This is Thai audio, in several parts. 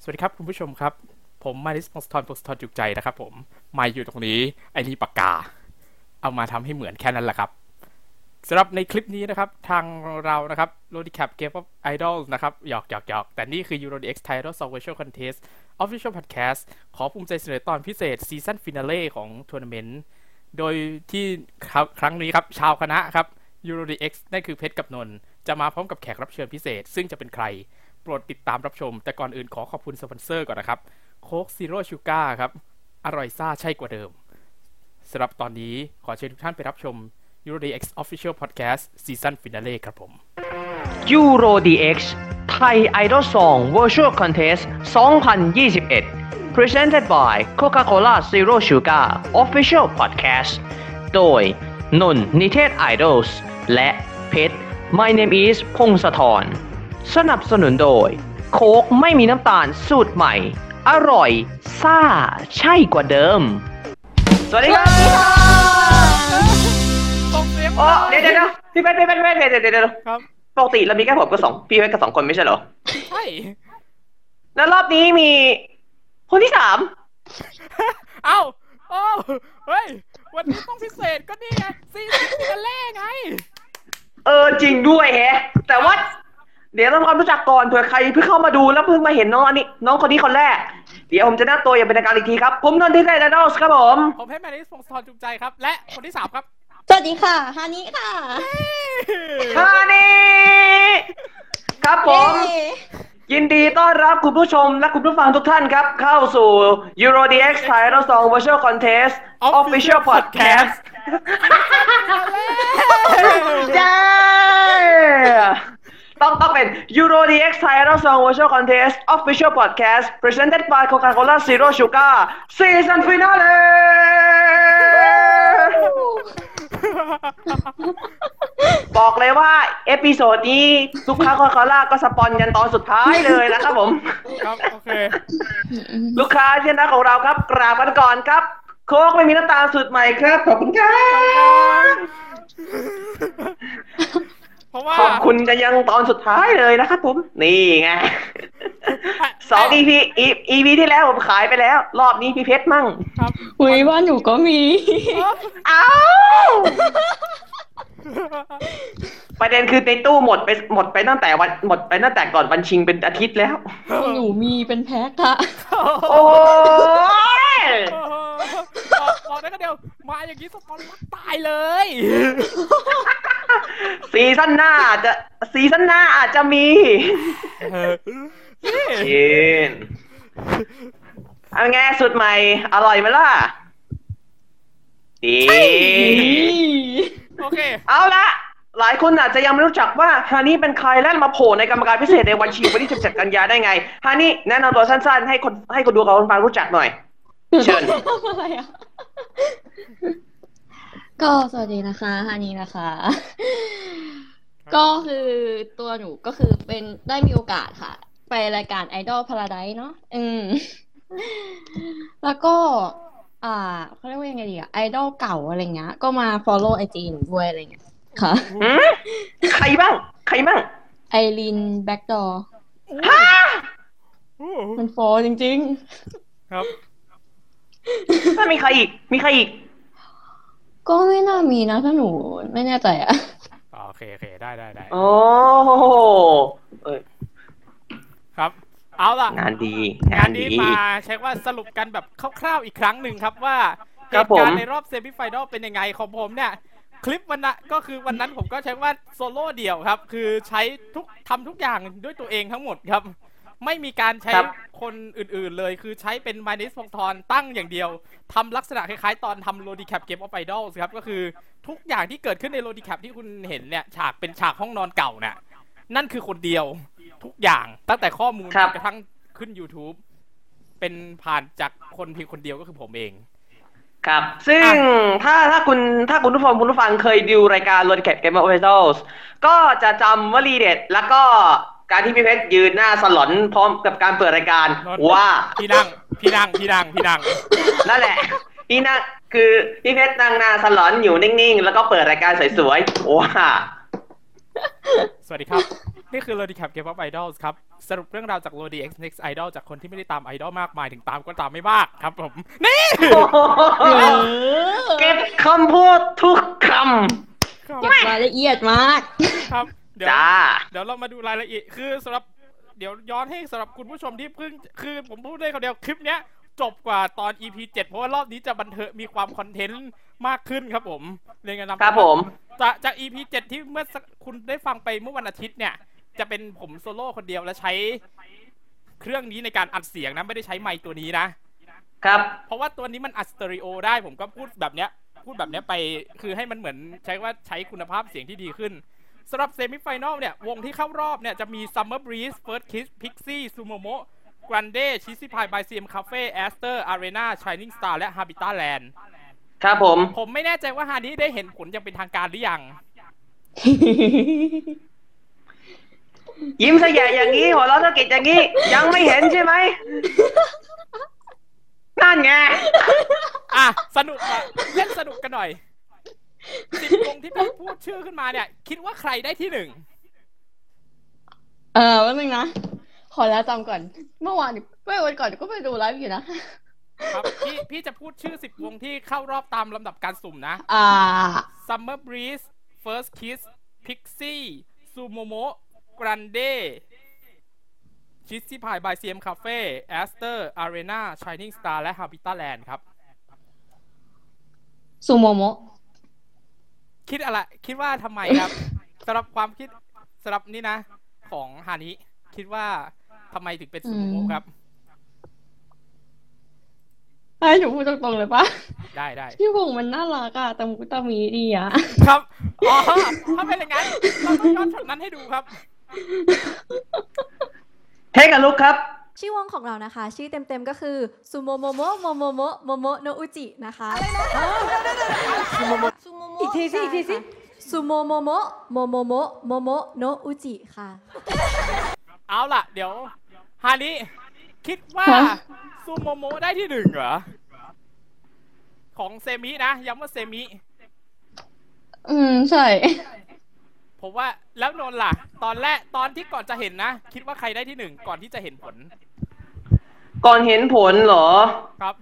สวัสดีครับคุณผู้ชมครับ ผมมาริสพงศธรพงศธรจุกใจนะครับผมมาอยู่ตรงนี้ไอ้นี่ปากกา เอามาทำให้เหมือนแค่นั้นแหละครับสำหรับในคลิปนี้นะครับ ทางเรานะครับโรดิแคปเกมออฟไอดอลนะครับหยอกหยอกหยอกแต่นี่คือ Euro DX Title s o v i a l Contest Official Podcast ขอภูมิใจเสนอตอนพิเศษซีซั่นฟินาเล่ของทัวร์นาเมนต์โดยที่ครับครั้งนี้ครับ ชาวคณะครับ Euro DX นั่นคือเพชรกับนนท์จะมาพร้อมกับแขกรับเชิญพิเศษ ซึ่งจะเป็นใคร โปรดติดตามรับชม แต่ก่อนอื่นขอขอบคุณสปอนเซอร์ก่อนนะครับ โค้กซีโร่ชูการ์ครับ อร่อยซ่าใช่กว่าเดิมสำหรับตอนนี้ขอเชิญทุกท่านไปรับชม EuroDX Official Podcast Season Finale ครับผม Euro DX Thai Idol Song Virtual Contest 2021 Presented by Coca-Cola Zero Sugar Official Podcast โดยนนท์นิเทศ Idols และเพชร My name is พงศธรสนับสนุนโดย โค้กไม่มีน้ำตาลสูตรใหม่ อร่อยซ่าใช่กว่าเดิม สวัสดีครับอ๋อเดี๋ยวเดี๋ยวเดี๋ยวพี่เพชรพี่เพชรพี่เพชรเดี๋ยวเดี๋ยวเดี๋ยว ครับ ปกติเรามีแค่ผมกับสองพี่เพ็กกับสองคนไม่ใช่เหรอ ใช่ แล้วรอบนี้มี คนที่สาม เอ้าโอ้เฮ้ย วันนี้ต้องพิเศษก็นี่ไง Season Finale ไง เออจริงด้วยแฮะ แต่ว่า เดี๋ยวเราทำความรู้จักก่อนเผื่อใครเพิ่งเข้ามาดูแล้วเพิ่งมาเห็นน้องอันนี้ น้องคนนี้คนแรก เดี๋ยวผมจะแนะนำตัวอย่างเป็นทางการอีกทีครับ ผมนนท์ที่ไทยไดนอลส์ครับผม ผมให้แมนิสพงศธรจุงใจครับ และคนที่สามครับ สวัสดีค่ะฮานิค่ะ ค่ะนี่ครับผม เย้ ยินดีต้อนรับคุณผู้ชมและคุณผู้ฟังทุกท่านครับ เข้าสู่ EuroDX Thailand Song Virtual Contest Official Podcast เย้ต้องต้องเป็น EuroDX Thailand Song Virtual Contest Official Podcast Presented by Coca-Cola Zero Sugar Season Finale บอกเลยว่า เอพิโซดนี้ทุกค้าค o ค a ล่าก็สปอนกันตอนสุดท้ายเลยนะครับผม ครับ โอเค ลูกค้าที่นะของเราครับ กราบกันก่อนครับ โค้กไม่มีน้ำตาลสูตรใหม่ครับ ขอบคุณครับ เพราะว่า ขอบคุณกันยังตอนสุดท้ายเลยนะครับผม นี่ไง สอง EP EP ที่แล้วผมขายไปแล้ว รอบนี้พี่เพชรมั่ง ครับ อุ้ยบ้านหนูก็มี เอ้า ประเด็นคือในตู้หมดไปหมดไปตั้งแต่วันหมดไปตั้งแต่ก่อนวันชิงเป็นอาทิตย์แล้ว หนูมีเป็นแพ็คค่ะ โอ้ย บอกบอกได้ก็เดียว มาอย่างนี้สปอนเซอร์ตายเลย ซีซั่นหน้าอาจจะซีซั่นหน้าอาจจะมีเย็น เอาไงสุดใหม่ อร่อยไหมล่ะดี โอเค เอาละหลายคนอาจจะยังไม่รู้จักว่าฮานี่เป็นใครและมาโผล่ในกรรมการพิเศษในวันชิงวันที่17กันยาได้ไงฮานี่แนะนำตัวสั้นๆ ให้คนให้คนดูกับคนฟังรู้จักหน่อย เชิญ อะไรอ่ะ ก็สวัสดีนะคะฮานินะคะ ก็คือตัวหนูก็คือเป็นได้มีโอกาสค่ะ ไปรายการ Idol Paradise เนาะอืม แล้วก็ อ่าเขาเรียกว่ายังไงดีอะไอดอลเก่าอะไรเงี้ย ก็มา follow ไอจีหนูด้วยอะไรเงี้ยค่ะ หืมใครบ้าง ใครบ้าง ไอรินแบ็กดอร์ ฮะ มันฟอจริง ครับ แล้วมีใครอีก มีใครอีก ๆ ก็ไม่น่ามีนะถ้าหนูไม่แน่ใจอะ โอเค โอเค ได้ได้ได้ โอ้โหเอ้ย ครับ เอาล่ะ งานดี งานนี้มาเช็คว่าสรุปกันแบบคร่าวๆอีกครั้งหนึ่งครับว่าเห ครับ ตุ ผกามรณ์ในรอบเซมิไฟแนอลเป็นยังไงของผมเนี่ย คลิปวันนะก็คือวันนั้นผมก็ใช้ว่าโซโล่เดี่ยวครับ คือใช้ทุกทำทุกอย่างด้วยตัวเองทั้งหมดครับ ไม่มีการใช้ ครับ คนอื่นๆเลย คือใช้เป็นมานิสพงศ์ธรตั้งอย่างเดียวทำลักษณะคล้ายๆ ตอนทำโ o ดีแคปเกมออฟไอดอลครับ ก็คือทุกอย่างที่เกิดขึ้นในโ o ดีแคปที่คุณเห็นเนี่ย ฉากเป็นฉากห้องนอนเก่าเนี่ย นั่นคือคนเดียวทุกอย่างตั้งแต่ข้อมูล ครับ กระทั่งขึ้น YouTube เป็นผ่านจากคนเพียงคนเดียวก็คือผมเอง ครับ ซึ่งถ้าถ้าคุณถ้าคุณผู้ฟังคุณผู้ฟังเคยดูรายการรนแคปเกมเมอร์เวสต์ก็จะจำวลีเด็ด แล้วก็การที่พี่เพชรยืนหน้าสลอนพร้อมกับการเปิดรายการ นอน ว่า พี่นั่งพี่นั่งพี่นั่งพี่นั่ง นั่นแหละ นี่นะคือพี่เพชรนั่งหน้าสลอนอยู่นิ่งๆ แล้วก็เปิดรายการสวยๆว้า สวัสดีครับ นี่คือ Lodi Cap Game of Idols ครับ สรุปเรื่องราวจาก l o d i X Next Idol จากคนที่ไม่ได้ตามไอดอลมากมายถึงตามก็ตามไม่มากครับผม นี่ เก็บคำพูดทุกค ครับ เก็บรายละเอียดม าก ครับเดี๋ยวำจ้า เดี๋ยวเรามาดูรายละเอียดคือสำหรับเดี๋ยวย้อนให้สำหรับคุณผู้ชมที่เพิ่งคือผมพูดได้คำเดียวคลิปเนี้ย จบกว่าตอน EP 7 เพราะว่ารอบนี้จะบันเทิงมีความคอนเทนต์มากขึ้นครับผมเรียนกัน ครับ นำ ผม จากจาก EP 7 ที่เมื่อสักคุณได้ฟังไปเมื่อวันอาทิตย์เนี่ย จะเป็นผมโซโล่คนเดียวและใช้เครื่องนี้ในการอัดเสียงนะไม่ได้ใช้ไมค์ตัวนี้นะ ครับ เพราะว่าตัวนี้มันอัดสเตอริโอได้ผมก็พูดแบบเนี้ย พูดแบบเนี้ยไปคือให้มันเหมือนใช้ว่าใช้คุณภาพเสียงที่ดีขึ้นสำหรับเซมิไฟแนลเนี่ย วงที่เข้ารอบเนี่ย จะมี Summer Breeze First Kiss Pixie Sumomo Grande c h i s i p i by CM Cafe Aster Arena Shining Star และ Habitat Land ครับผม ผมไม่แน่ใจว่าฮานี้ได้เห็นผลอย่างเป็นทางการหรือยัง ยิ้มสยะอย่างนี้ หัวเราะสะกิดอย่างนี้ ยังไม่เห็นใช่ไหม นั่นไง อ่ะ สนุกอะเล่นสนุกกันหน่อยสิบวงที่พี่พูดชื่อขึ้นมาเนี่ย คิดว่าใครได้ที่หนึ่ง เออแป๊บนึงนะ ขอแล้วจำก่อน เมื่อวานไม่วันก่อนก็ไปดูไลฟ์อยู่นะ ครับพี่พี่จะพูดชื่อสิบวงที่เข้ารอบตามลำดับการสุ่มนะ อ่า Summer Breeze First Kiss Pixie Sumomo Grande c h i s ซี่พายบาย CM Cafe Aster Arena Shining Star และ Habitat Land ครับ ซูโมโมะ คิดอะไร คิดว่าทำไมครับ สำหรับความคิดสำหรับนี่นะ ของฮานิ คิดว่าทำไมถึงเป็นซูโมครับ ให้หนูพูดตรงๆเลยปะ ได้ได้ พี่วงมันน่ารักอะตะมุตะมีดีอะ ครับ อ๋อ ถ้าเป็นอย่างนั้น เราต้องย้อนช็อตนั้นให้ดูครับ เทคกับลุกครับ ชื่อวงของเรานะคะ ชื่อเต็มๆก็คือซูโมโมโมโมโมโมโมโมโนอุจินะคะอะไรนะซูโมโมอีกทีสิอีกทีสิซูโมโมโมโมโมโมโมโมโนอุจิค่ะ เอาล่ะ เดี๋ยวฮานิคิดว่า ฮะ ซูโมโมได้ที่หนึ่งเหรอ ของเซมินะย้ำว่าเซมิ อืมใช่ ผมว่าแล้วนนท์ล่ะ ตอนแรกตอนที่ก่อนจะเห็นนะ คิดว่าใครได้ที่หนึ่งก่อนที่จะเห็นผล ก่อนเห็นผลเหรอ ครับ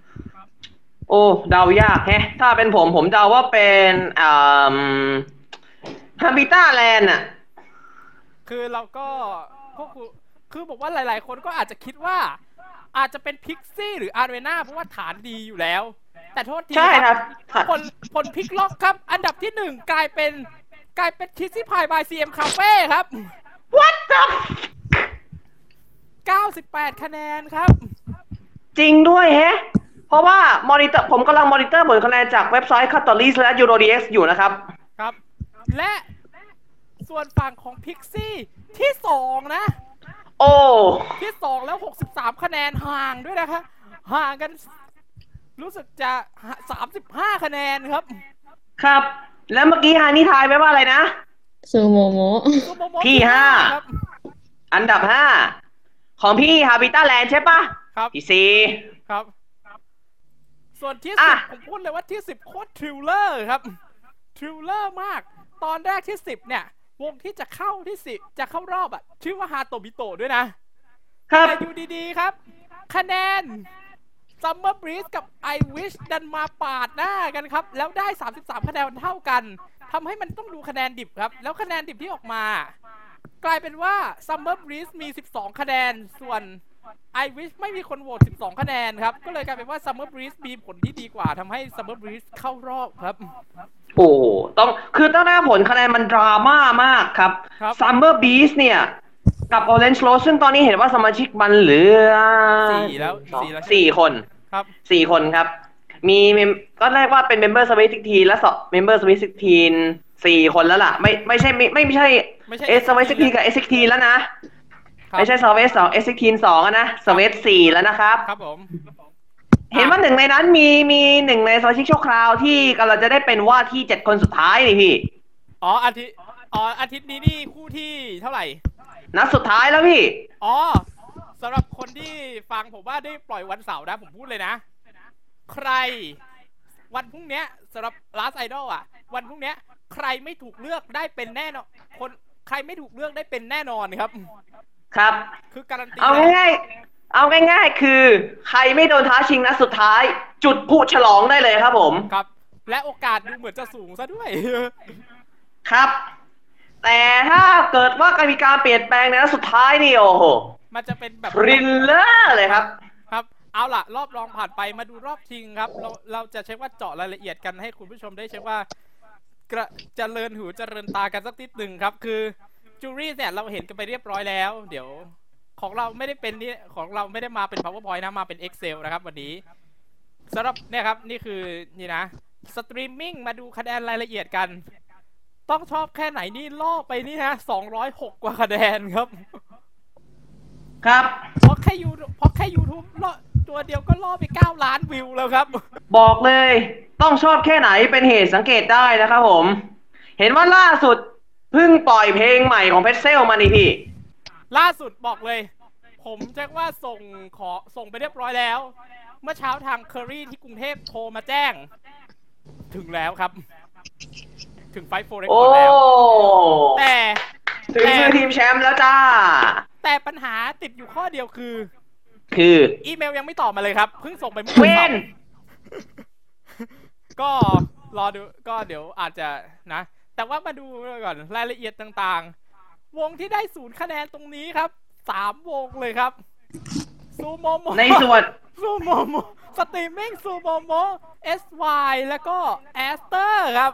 โอ้เดายากแฮะ ถ้าเป็นผมผมเดาว่าเป็นอ่าฮาบิต้าแลนด์อะ คือเราก็พวกกูคือบอกว่าหลาย ๆ คนก็อาจจะคิดว่า อาจจะเป็นพิกซี่หรืออาร์เรนาเพราะว่าฐานดีอยู่แล้ว แต่โทษที ใช่ครับ ผลผลพลิกล็อกครับ อันดับที่หนึ่งกลายเป็นกลายเป็นคิสซี่พายบายซีเอ็มคาเฟ่ครับ ครับ 98 คะแนนครับ จริงด้วยแฮะ เพราะว่ามอนิเตอร์ผมกำลังมอนิเตอร์ผลคะแนนจากเว็บไซต์คัตตอรีสและยูโรดีเอ็กซ์อยู่นะครับ ครับ และส่วนฝั่งของพิกซี่ที่ 2 นะ โอ้ ที่ 2 แล้ว 63 คะแนนห่างด้วยนะคะ ห่างกัน รู้สึกจะ 35 คะแนนครับ ครับ แล้วเมื่อกี้ฮานี่ทายไว้ว่าอะไรนะ ซูโมโมะ ซูโมโมะ ที่ห้า ครับ อันดับห้าของพี่ฮาบิต้าแลนด์ใช่ปะ ครับ ที่สี่ ครับ ส่วนที่ อ่ะ สิบผมพูดเลยว่าที่สิบโคตรทริลเลอร์ครับทริลเลอร์มาก ตอนแรกที่สิบเนี่ย วงที่จะเข้าที่สิบจะเข้ารอบอ่ะ ชื่อว่าฮาโตบิโตะด้วยนะ ครับ แต่อยู่ดีๆครับ คะแนน Summer Breeze กับ I Wish ดันมาปาดหน้ากันครับ แล้วได้ 33 คะแนนเท่ากันทำให้มันต้องดูคะแนนดิบครับ แล้วคะแนนดิบที่ออกมา กลายเป็นว่า Summer Breeze มี 12 คะแนน ส่วน I Wish ไม่มีคนโหวต 12 คะแนนครับ ก็เลยกลายเป็นว่า Summer Breeze มีผลที่ดีกว่าทำให้ Summer Breeze เข้ารอบครับ โอ้โหต้องคือตั้งหน้าผลคะแนนมันดราม่ามากครับ ครับ Summer Beast เนี่ย กับ Orange Rose ซึ่งตอนนี้เห็นว่าสมาชิกมันเหลือ สี่แล้วสี่แล้ว สี่คน ครับ สี่คนครับ มีเมมก็เรียกว่าเป็นเมมเบอร์สวิตซิกทีและสอบเมมเบอร์สวิตซิกทีสี่คนแล้วล่ะ ไม่ไม่ใช่ไม่ไม่ใช่ ไม่ใช่ เอสวิตซิกทีกับเอสซิกทีแล้วนะ ครับ ไม่ใช่สวสสองเอสซิกทีสองอะนะสวสสี่แล้วนะครับ ครับผม เห็นว่าหนึ่งในนั้นมีมีหนึ่งในสมาชิกชั่วคราวที่กำลังจะได้เป็นว่าที่เจ็ดคนสุดท้ายนี่พี่ อ๋ออาทิตย์อ๋ออาทิตย์นี้นี่คู่ที่เท่าไหร่ นัดสุดท้ายแล้วพี่ อ๋อสำหรับคนที่ฟังผมว่าได้ปล่อยวันเสาร์นะ ผมพูดเลยนะ ใคร วันพรุ่งเนี้ยสำหรับ Last Idol อ่ะ วันพรุ่งเนี้ย ใครไม่ถูกเลือกได้เป็นแน่นอนคนใครไม่ถูกเลือกได้เป็นแน่นอนครับ ครับ คือการันตี เอา แล้ว ง่ายๆเอาง่ายๆ คือ ใครไม่โดนท้าชิงนะสุดท้าย จุดผู้ฉลองได้เลยครับผม ครับ และโอกาสดูเหมือนจะสูงซะด้วย ครับ แต่ถ้าเกิดว่ามีการเปลี่ยนแปลงในนัดสุดท้ายนี่โอ้โห มันจะเป็นแบบ ทริลเลอร์เลยครับ ครับ เอาล่ะ รอบรองผ่านไปมาดูรอบชิงครับ เราเราจะเช็คว่าเจาะรายละเอียดกันให้คุณผู้ชมได้เช็คว่ากระเจริญหูเจริญตากันสักนิดหนึ่งครับ คือจูรี่เนี่ยเราเห็นกันไปเรียบร้อยแล้ว เดี๋ยวของเราไม่ได้เป็นนี่ของเราไม่ได้มาเป็น powerpoint นะ มาเป็น excel นะครับวันนี้สำหรับเนี่ยครับ นี่คือนี่นะสตรีมมิ่งมาดูคะแนนรายละเอียดกัน ต้องชอบแค่ไหนนี่ล่อไปนี่นะ206 กว่าคะแนนครับ ครับ เพราะแค่ยูเพราะแค่ยูทูบล่อตัวเดียวก็ล่อไป 9 ล้านวิวแล้วครับ บอกเลย ต้องชอบแค่ไหนเป็นเหตุสังเกตได้นะครับผม เห็นว่าล่าสุดเพิ่งปล่อยเพลงใหม่ของเพชรเซลมานี่พี่ ล่าสุดบอกเลย ผมแจ้งว่าส่งขอส่งไปเรียบร้อยแล้ว เมื่อเช้าทางเคอรี่ที่กรุงเทพโทรมาแจ้ง ถึงแล้วครับ ถึงไฟโฟเรก โอ้ แล้ว แต่ ถึงชื่อทีมแชมป์แล้วจ้า แต่ปัญหาติดอยู่ข้อเดียวคือ คือ อีเมลยังไม่ตอบมาเลยครับ เพิ่งส่งไปเมื่อ เว วันเสาน ร์ ก็รอดูก็เดี๋ยวอาจจะนะ แต่ว่ามาดูก่อนรายละเอียดต่างๆ วงที่ได้ศูนย์คะแนนตรงนี้ครับสามวงเลยครับซูโมโม ใน ส่วน ซูโมโมสตรีมมิ่งซูโมโมเอสวแล้วก็แอสเตอร์ครับ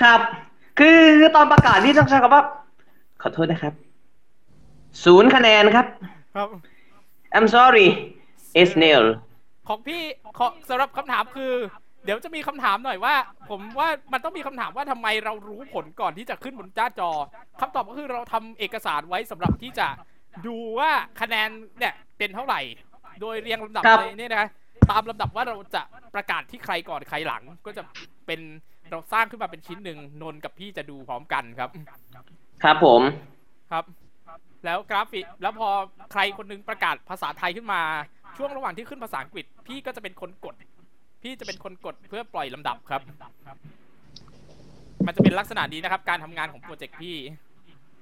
ครับ คือตอนประกาศนี่ต้องใช้คำว่า ขอโทษนะครับ ศูนย์คะแนนครับ ครับ I'm sorry it's nil ของพี่ขอสำหรับคำถามคือ เดี๋ยวจะมีคำถามหน่อยว่า ผมว่ามันต้องมีคำถามว่าทำไมเรารู้ผลก่อนที่จะขึ้นบนจ้าจอคำตอบก็คือเราทำเอกสารไว้สำหรับที่จะดูว่าคะแนนเนี่ยเป็นเท่าไหร่ โดยเรียงลำดับ ครับ เลยเนี่ยนะตามลำดับว่าเราจะประกาศที่ใครก่อนใครหลัง ก็จะเป็นเราสร้างขึ้นมาเป็นชิ้นหนึ่งนนท์กับพี่จะดูพร้อมกันครับ ครับผม ครับ แล้วกราฟิกแล้วพอใครคนนึงประกาศภาษาไทยขึ้นมา ช่วงระหว่างที่ขึ้นภาษาอังกฤษ พี่ก็จะเป็นคนกด พี่จะเป็นคนกดเพื่อปล่อยลำดับครับ มันจะเป็นลักษณะนี้นะครับ การทำงานของโปรเจกต์พี่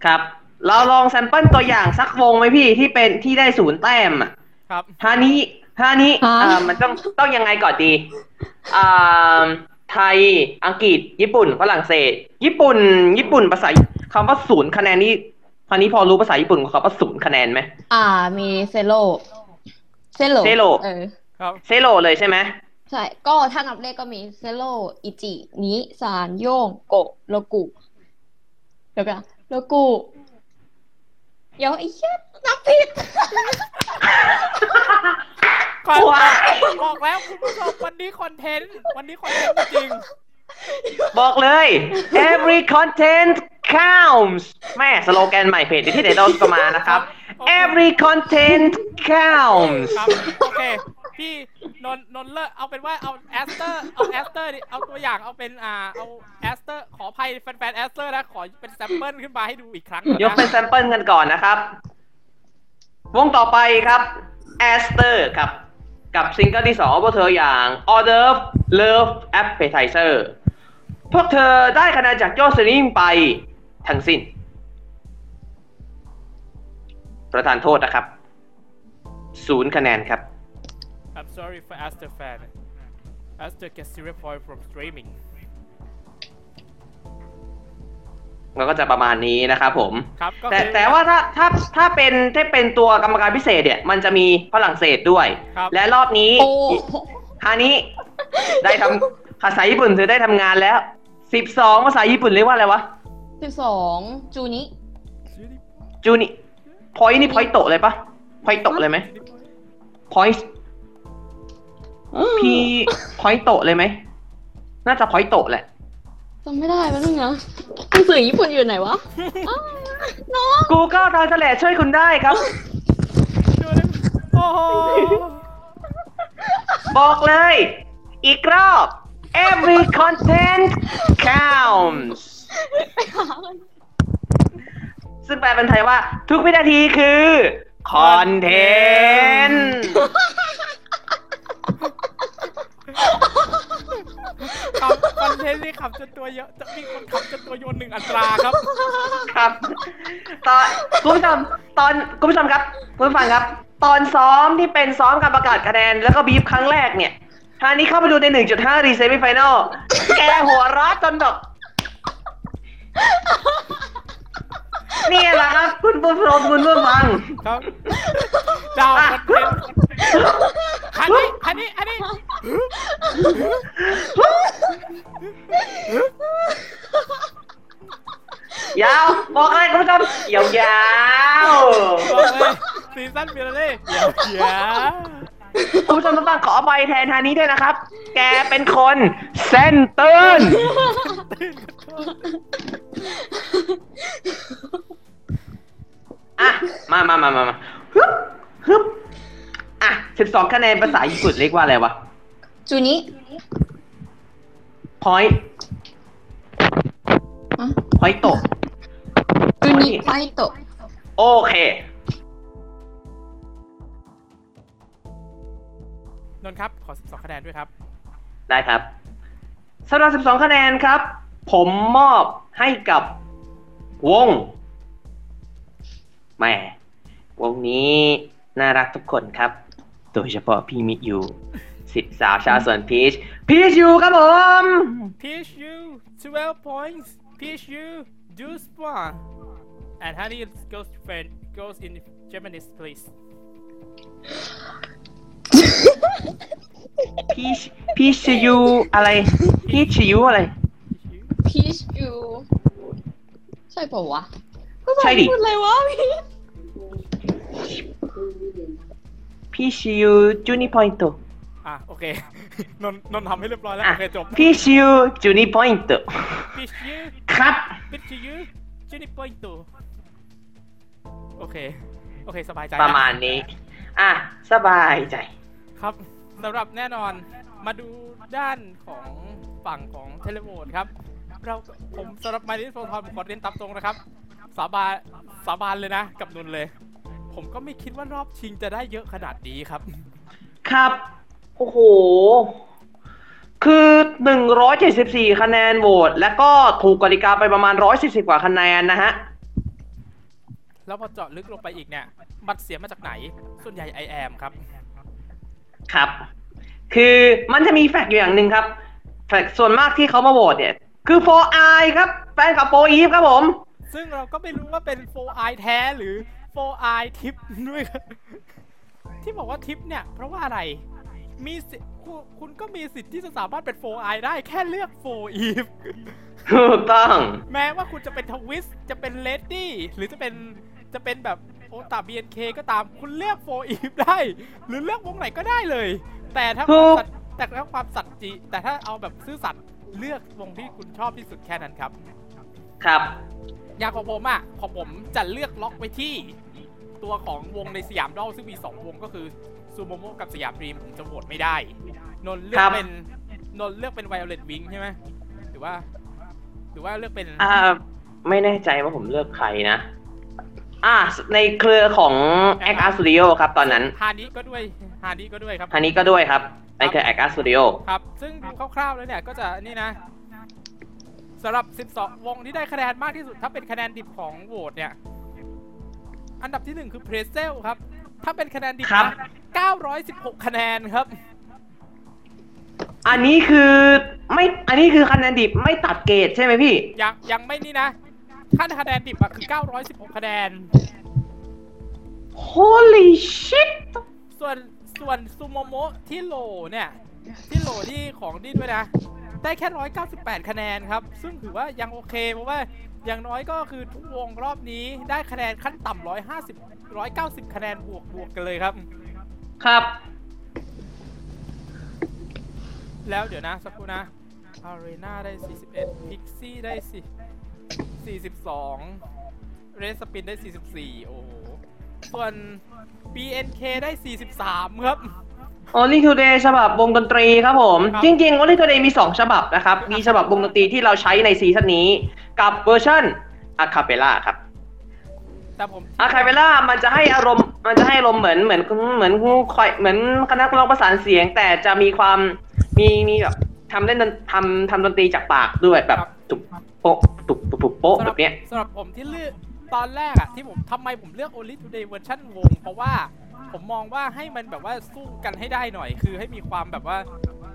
ครับ เราลองแซมเปิลตัวอย่างสักวงไหมพี่ที่เป็นที่ได้ศูนย์แต้มอะ ครับ ฮานี้ฮานี้ ฮะ อ่ามันต้องต้องยังไงก่อนดีอ่าไทยอังกฤษ ญี่ปุ่นฝรั่งเศส ญี่ปุ่น ญี่ปุ่นภาษาคำว่าศูนย์คะแนนนี่ฮานี้พอรู้ภาษาญี่ปุ่นของคำว่าศูนย์คะแนนไหม อ่ามีเซโลเซโล เซโล เออ ครับ เซโลเลยใช่ไหม ใช่ ก็ถ้านับเลขก็มีเซโล อิจิ นิซานโยง โกะโลกุเดี๋ยวกันนะโลกุเดี๋ยวไอ้เหี้ยนับผิด ก่อน กลัว บอกแล้วคุณผู้ชมวันนี้คอนเทนต์ วันนี้คอนเทนต์จริง บอกเลย every content counts แม่สโลแกนใหม่เพจที่ไดดอลก็มานะครับ every content counts ครับ โอเค พี่นนท์นนท์เลิกเอาเป็นว่าเอาแอสเตอร์เอาแอสเตอร์ดิเอาตัวอย่างเอาเป็นอ่าเอาแอสเตอร์ขออภัยแฟนๆแอสเตอร์นะ ขอเป็นแซมเปิลขึ้นมาให้ดูอีกครั้งหงะ ยกเป็นแซมเปิลกันก่อนนะครับ วงต่อไปครับ a s t e r ครับ กับซิงเกิลที่สองพวกเธออย่าง Order of Love Appetizer พวกเธอได้คะแนนจากยอดสตรีมไปทั้งสิ้น ประธานโทษนะครับ ศูนย์คะแนนครับ I'm sorry for Aster fan Aster gets zero point from streaming มันก็จะประมาณนี้นะครับผม ครับ ก็ แต่ คือ แต่ว่าถ้าถ้าถ้าเป็นถ้าเป็นตัวกรรมการพิเศษเนี่ย มันจะมีฝรั่งเศสด้วย ครับ และรอบนี้ โอ้ ฮานิได้ทำภาษาญี่ปุ่นเธอได้ทำงานแล้วสิบสองภาษาญี่ปุ่นเรียกว่าอะไรวะ สิบสอง จูนิ จูนิพอยนี่พอยโตเลยปะพอยโตเลยไหมพอยพีพอยโตเลยไหมน่าจะพอยโตแหละ จำไม่ได้มันนึงนะหนังสือญี่ปุ่นอยู่ไหนวะอ้าวน้อง Google ทางแถลช่วยคุณได้ครับ ดูนะโอ้โห บอกเลย อีกรอบ every content counts ไปหากัน ซึ่งแปลเป็นไทยว่า ทุกวินาทีคือคอนเทนต์ คำคอน เทนนี่ขับจนตัวเยอะจะมีคนขับจนตัวโยนหนึ่งอัตราครับ ครับ ตอนคุณผู้ชมตอนคุณผู้ชมครับคุณผู้ฟังครับ ตอนซ้อมที่เป็นซ้อมการประกาศคะแนนแล้วก็บีบครั้งแรกเนี่ยทางนี้เข้าไปดูใน 1.5 รีเซมิไฟแนอลแกหัวเร้อจนแบบนี่แหละครับคุณผู้ชมคุณผู้ฟัง ครับดาวคอนเทนต์อันนี้อันนี้อันนี้ ยาวบอกเลยคุณผู้ชมยาวยาว บอกเลยซีซั่นเบลเล่เดี๋ยวเดี๋ยว ๆคุณผู้ชมทุกท่านขออภัยแทนทางนี้ด้วยนะครับ แกเป็นคนเส้นตื้น อ่ะ มามามามามาฮึบฮึบอ่ะสิบสองคะแนนภาษาญี่ปุ่นเรียกว่าอะไรวะ จูนิ point อ่ะ point โต จูนิไฟโตะ โอเค นนท์ครับ ขอ12คะแนนด้วยครับ ได้ครับสำหรับ 12 คะแนนครับ ผมมอบให้กับวงแหม่วงนี้น่ารักทุกคนครับ โดยเฉพาะพี่มิยูสิบสาวชาวสวนพีช พีชยูครับผม Peach you 12 points Peach you do spa and honey goes to friend goes in Japanese please พีชพีชยูอะไร พีชยูอะไร พีชยูใช่ปะวะก็ไม่ ใช่ดิ พูดเลยวะพี่ พีชยูจูนิพอยต์ อ่ะโอเคน นท์นนท์ทำให้เรียบร้อยแล้ว อ่ะ โอเคจบ พีชยูจูนิพอยต์ Peach you ครับ Peach you จูนิปอยตูโอเค โอเคสบายใจ ป น ระมาณนี้ อ่ะ สบายใจ ครับสำหรับแน่นอนมาดูด้านของฝั่งของเทเลโวตครับ เราผมสำหรับไมลิสโฟทอนผมขอเรียนตามตรงนะครับ สาบานสาบานเลยนะ กับนนท์เลย ผมก็ไม่คิดว่ารอบชิงจะได้เยอะขนาดนี้ครับ ครับ โอ้โห คือหนึ่งร้อยเจ็ดสิบสี่คะแนนโหวต แล้วก็ถูกกฎกติกาไปประมาณร้อยสิบสิบกว่าคะแนนนะฮะ แล้วพอเจาะลึกลงไปอีกเนี่ยบัตรเสียมาจากไหน ส่วนใหญ่ I am ครับ ครับ คือมันจะมีแฟกต์อยู่อย่างหนึ่งครับ แฟกต์ส่วนมากที่เขามาโหวตเนี่ย คือ for i ครับ แฟนกับโปอีฟครับผม ซึ่งเราก็ไม่รู้ว่าเป็น 4i แท้หรือ 4i ทิปด้วย ครับที่บอกว่าทิปเนี่ย เพราะว่าอะไร มีสิคุณคุณก็มีสิทธิ์ที่จะสามารถเป็น 4i ได้แค่เลือก 4i ถูกต้อง แม้ว่าคุณจะเป็นทวิสต์จะเป็นเลดี้หรือจะเป็นจะเป็นแบบโอตา BNK ก็ตามคุณเลือกโฟอีฟได้ หรือเลือกวงไหนก็ได้เลย แต่ถ้า ถูก ความสัตย์แต่ถ้าความสัตย์จริงแต่ถ้าเอาแบบซื่อสัตย์เลือกวงที่คุณชอบที่สุดแค่นั้นครับ ครับ อย่างของผมอ่ะของผมจะเลือกล็อกไว้ที่ ตัวของวงในสยามดอลซึ่งมี 2 วงก็คือซูโมโมกับสยามดรีมผมจะโหวตไม่ได้ นนท์เลือ ค ก รับ เป็นนนท์เลือกเป็นไวโอเลตวิงใช่ไหมหรือว่า หรือว่าเลือกเป็น อ่า ไม่แน่ใจว่าผมเลือกใครนะ อ่า ในเครือของ a c t Art Studio ครับตอนนั้น ฮานิก็ด้วยฮานิก็ด้วยครับ ทันนี้ก็ด้วยครับ ในเครือ a c t Art Studio ครับ ซึ่งดูคร่าวๆแล้วเนี่ยก็จะนี่นะสำหรับ 12 วงที่ได้คะแนนมากที่สุด ถ้าเป็นคะแนนดิบของโหวตเนี่ย อันดับที่หนึ่งคือเพรสเซลครับ ถ้าเป็นคะแนนดิบ ครับ นะ916 คะแนนครับ อันนี้คือไม่ อันนี้คือคะแนนดิบไม่ตัดเกรดใช่ไหมพี่ ยังยังไม่นี่นะขั้นคะแนนดิบอะคือ 916 คะแนน Holy shit ส่วนส่วนซูโมโมะที่โหลเนี่ย ที่โหลที่ของดินด้วยนะ ได้แค่ 198 คะแนนครับ ซึ่งถือว่ายังโอเค เพราะว่าอย่างน้อยก็คือทุกวงรอบนี้ได้คะแนนขั้นต่ำ150 190 คะแนนบวกบวกกันเลยครับ ครับ แล้วเดี๋ยวนะ สักครู่นะอารีนาได้ 41 พิกซี่ได้4 42 เรสปินได้ 44 โอ้โห ส่วน BNK ได้ 43 ครับ Only Today ฉบับวงดนตรีครับผม ครับ จริงๆ Only Today มี 2 ฉบับนะครับ มีฉบับวงดนตรีที่เราใช้ในซีซั่นนี้ กับเวอร์ชันอะคาเปล่าครับ แต่ผม อะคาเปล่ามันจะให้อารมณ์ มันจะให้อารมณ์เหมือนเหมือนเหมือนคอยเหมือนคณะนักร้องประสานเสียง แต่จะมีความมีมีแบบ ทำเล่นดนทำทำดนตรีจากปากด้วยแบบ ครับ ตุกโป๊ะตุกตุกโป๊ะแบบเนี้ย สำหรับผมที่เลือกตอนแรกอะที่ผมทำไมผมเลือก Only Today เวอร์ชันวง เพราะว่าผมมองว่าให้มันแบบว่าสู้กันให้ได้หน่อย คือให้มีความแบบว่า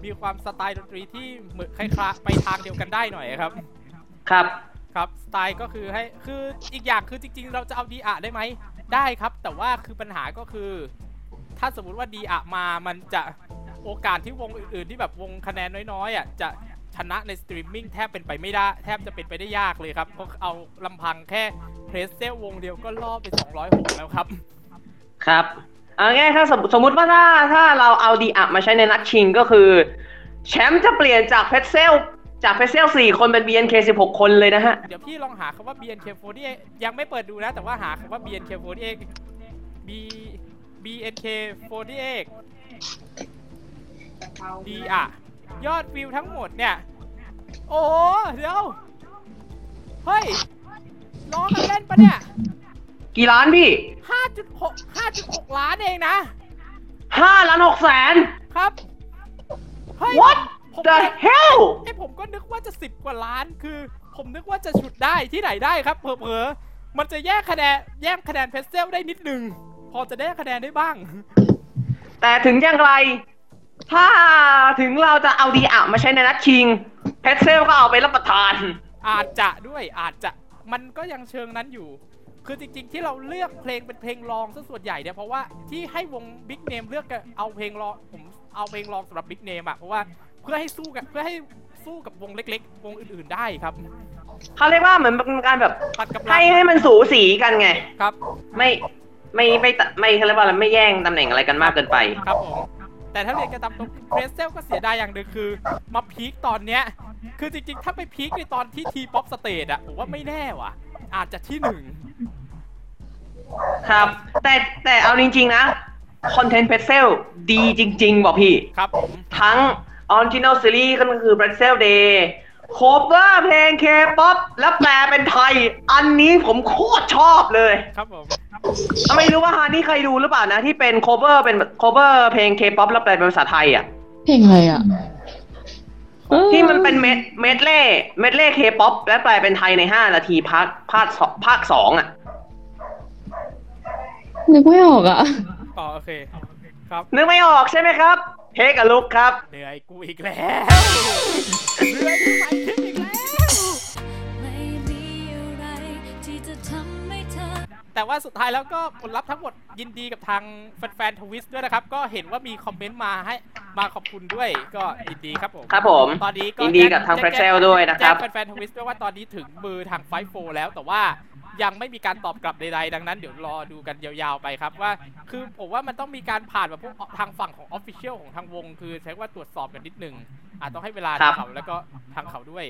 มีความสไตล์ดนตรีที่เหมือนคล้ายๆไปทางเดียวกันได้หน่อยครับ ครับ ครับสไตล์ก็คือให้คืออีกอย่างคือจริง ๆ เราจะเอาดีอะได้ไหมได้ครับ แต่ว่าคือปัญหาก็คือ ถ้าสมมติว่าดีอะมามันจะโอกาสที่วงอื่น ๆ ที่แบบวงคะแนนน้อยๆอ่ะจะชนะในสตรีมมิ่งแทบเป็นไปไม่ได้แทบจะเป็นไปได้ยากเลยครับเพราะเอาลำพังแค่เพรสเซลวงเดียวก็ล่อไป 206 แล้วครับ ครับเอาง่ายๆถ้าสมมุติสมมติว่าถ้าถ้าเราเอาดีอัมาใช้ในนัดชิงก็คือ แชมป์จะเปลี่ยนจากเพชรเซลจากเพชรเซลสี่คนเป็น BNK สิบหกคนเลยนะฮะ เดี๋ยวพี่ลองหาคำว่า BNK48 ยังไม่เปิดดูนะ แต่ว่าหาคำว่า BNK48 B BNK48 ดีอ่ะ ยอดวิวทั้งหมดเนี่ย โอ้โหเดี๋ยว เฮ้ยล้อกันเล่นปะเนี่ย กี่ล้านพี่ 5.6 5.6 ล้านเองนะ ห้าล้านหกแสน ครับ เฮ้ย What ผม the ผม hell ไอ้ผมก็นึกว่าจะสิบกว่าล้านคือ ผมนึกว่าจะฉุดได้ที่ไหนได้ครับเผลอๆมันจะแยกคะแนนแยกคะแนนเพรสเซลได้นิดหนึง พอจะได้คะแนนได้บ้าง แต่ถึงอย่างไร ถ้าถึงเราจะเอาดีอัมาใช้ในนัดชิง เพชรเซลก็เอาไปรับประทาน อาจจะด้วยอาจจะมันก็ยังเชิงนั้นอยู่ คือจริงๆ ที่เราเลือกเพลงเป็นเพลงรองซะส่วนใหญ่เนี่ยเพราะว่าที่ให้วงบิ๊กเนมเลือกกันเอาเพลงรองผมเอาเพลงรองสำหรับบิ๊กเนมอะเพราะว่าเพื่อให้สู้กันเพื่อให้สู้กับวงเล็กๆ วงอื่นๆได้ครับ เขาเรียกว่าเหมือนเป็นการแบบ ปัดกำลั ให้ ง ให้มันสูสีกันไง ครับ ไม่ไม่ไม่ตะไม่เขาเรียกว่าอะไรไม่แย่งตำแหน่งอะไรกันมากเกินไป ครับผมแต่ถ้าเรียนกันตามตรงเพรสเซลก็เสียดายอย่างหนึ่งคือ มาพีคตอนเนี้ยคือจริงๆ ถ้าไปพีคในตอนที่ทีป๊อปสเตจอะผมว่าไม่แน่ว่ะ อาจจะที่หนึ่ง ครับ แต่แต่เอาจริง ๆ นะ คอนเทนต์เพจเซลดีจริง ๆ บอกพี่ ครับผม ทั้งออริจิน l ลซีรีส์ก็คือเพจเซลเดย์โคเวอร์เพลงเคป๊อปแล้วแปลเป็นไทย อันนี้ผมโคตรชอบเลย ครับผม ไม่รู้ว่าฮานี่เคยดูหรือเปล่านะ ที่เป็นโคเวอร์เป็นโคเวอร์เพลงเคป๊อปแล้วแปลเป็นภาษาไทยอ่ะ เพลงอะไรอ่ะ ที่มันเป็นเมดเมดเล่เมดเล่เคป๊อปและแปลเป็นไทยใน 5 นาทีภาคภาคสองภาคสองอ่ะ นึกไม่ออกอ่ะ ต่อโอเคครับ นึกไม่ออกใช่ไหมครับเทคกับลุกครับ เหนื่อยกูอีกแล้วเหนื่อยกูไปคลิปอีกแล้ว ไม่มีอะไรที่จะทำให้เธอ แต่ว่าสุดท้ายแล้วก็ผลลัพธ์ทั้งหมดยินดีกับทางแฟนๆทวิสด้วยนะครับ ก็เห็นว่ามีคอมเมนต์มาให้มาขอบคุณด้วยก็ยินดีครับผม ครับผม ตอนนี้ก็ ยินดีกับทาง แจ้ แฟรเซลด้วยนะครับ แจ้งแฟนๆทวิสด้วยว่าตอนนี้ถึงมือทางไฟโฟแล้วแต่ว่ายังไม่มีการตอบกลับใดๆดังนั้นเดี๋ยวรอดูกันยาวๆไปครับว่า คือผมว่ามันต้องมีการผ่านแบบพวกทางฝั่งของออฟฟิเชียลของทางวง คือใช้ว่าตรวจสอบกันนิดนึงอาจต้องให้เวลา ครั ทาง บ เขาแล้วก็ทางเขาด้วย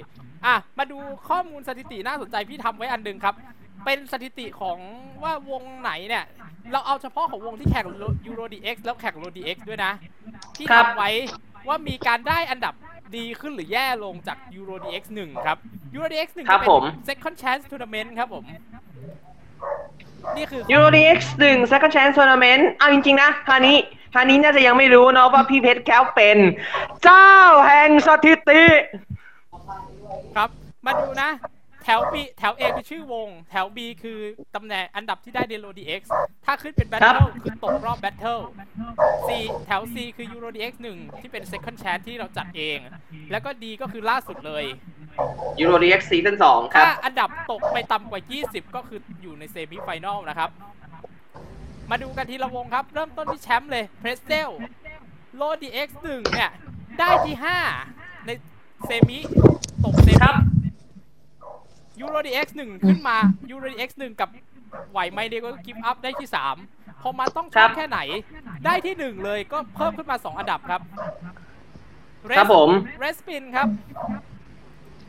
อ่ะ มาดูข้อมูลสถิติน่าสนใจพี่ทำไว้อันหนึ่งครับ เป็นสถิติของว่าวงไหนเนี่ย เราเอาเฉพาะของวงที่แข่งยูโรดีเอ็กซ์แล้วแข่งโรดีเอ็กซ์ด้วยนะ ที่ ครับ ทำไว้ว่ามีการได้อันดับดีขึ้นหรือแย่ลงจากยูโรดีเอ็กซ์หนึ่งครับยูโรดีเอ็กซ์หนึ่ง ครับ เป็น ผม second chance tournament ครับผม นี่คือ ยูโรดีเอ็กซ์หนึ่ง second chance tournament เอาจริง ๆ นะฮานี้ฮานี้น่าจะยังไม่รู้เนาะว่าพี่เพชรแคลเป็น เจ้าแห่งสถิติ ครับ มาดูนะ แถว B แถว A คือชื่อวง แถว B คือตำแหน่งอันดับที่ได้ในโรดีเอ็กซ์ถ้าขึ้นเป็นแบท ครั เทิล บ คือตกรอบแบทเทิล C แถว C คือยูโรดีเอ็กซ์หนึ่งที่เป็น Second Chance ที่เราจัดเอง แล้วก็ D ก็คือล่าสุดเลย ยูโรดีเอ็กซ์ซีซั่นสองค ถ้า รับ อันดับตกไปต่ำกว่า 20 ก็คืออยู่ในเซมิไฟแนอลนะครับ มาดูกันทีละวงครับ เริ่มต้นที่แชมป์เลยเพรสเซลโลดีเอ็กซ์หนึ่งเนี่ย ได้ที่ 5 ในเซมิตกเซมิ ครับ ยูโรดีเอ็กซ์หนึ่งขึ้นมายูโรดีเอ็กซ์หนึ่งกับไหวไหมเดียวก็กิฟต์อัพได้ที่สามพอมาต้อง ครั ชา บ แค่ไหน ได้ที่หนึ่งเลยก็เพิ่มขึ้นมาสองอันดับครับ ครับผม เรสปินครับ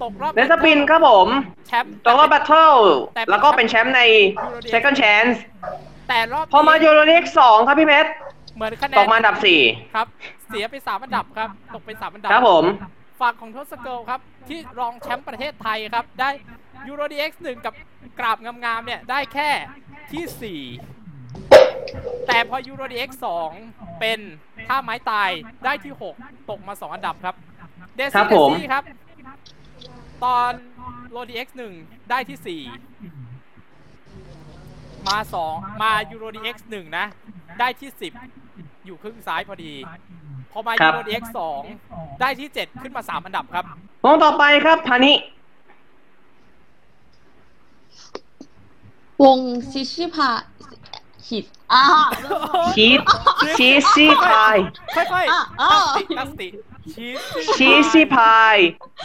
ตกรอบ เนสปินครับผม แชมป์ แล้วก็แบทเทิล แต่เป็น แล้วก็เป็นแชมป์ใน second chance แต่รอบนี้ พอมายูโรดีเอ็กซ์สองครับพี่เพชร เหมือนคะแน ต น กมาอันดับสี่ ครับ เสียไปสามอันดับครับ ตกไปสามอันดับ ครับผม ฝั่งของทศเกิลครับ ที่รองแชมป์ประเทศไทยครับ ได้ยูโรดีเอ็กซ์หนึ่งกับกราบงามๆเนี่ย ได้แค่ที่สี่แต่พอยูโรดีเอ็กซ์สองเป็นท่าไม้ตายได้ที่หกตกมาสองอันดับครับ เดซี่ ครับ เด ผม ซี่ครับ ตอนโรดีเอ็กซ์หนึ่งได้ที่สี่มาสองมายูโรดีเอ็กซ์หนึ่งนะ ได้ที่สิบอยู่ครึ่งซ้ายพอดี พอมา ครั ยู บ โรดีเอ็กซ์สองได้ที่เจ็ดขึ้นมาสามอันดับครับ วงต่อไปครับพานิ วงซิชิพาหิดอ่ะ ชีสชีสซี่พาย ค่อย อ่ะ ๆ อ่ะ ตั้งสติตั้งสติชีส ชีสซี่พาย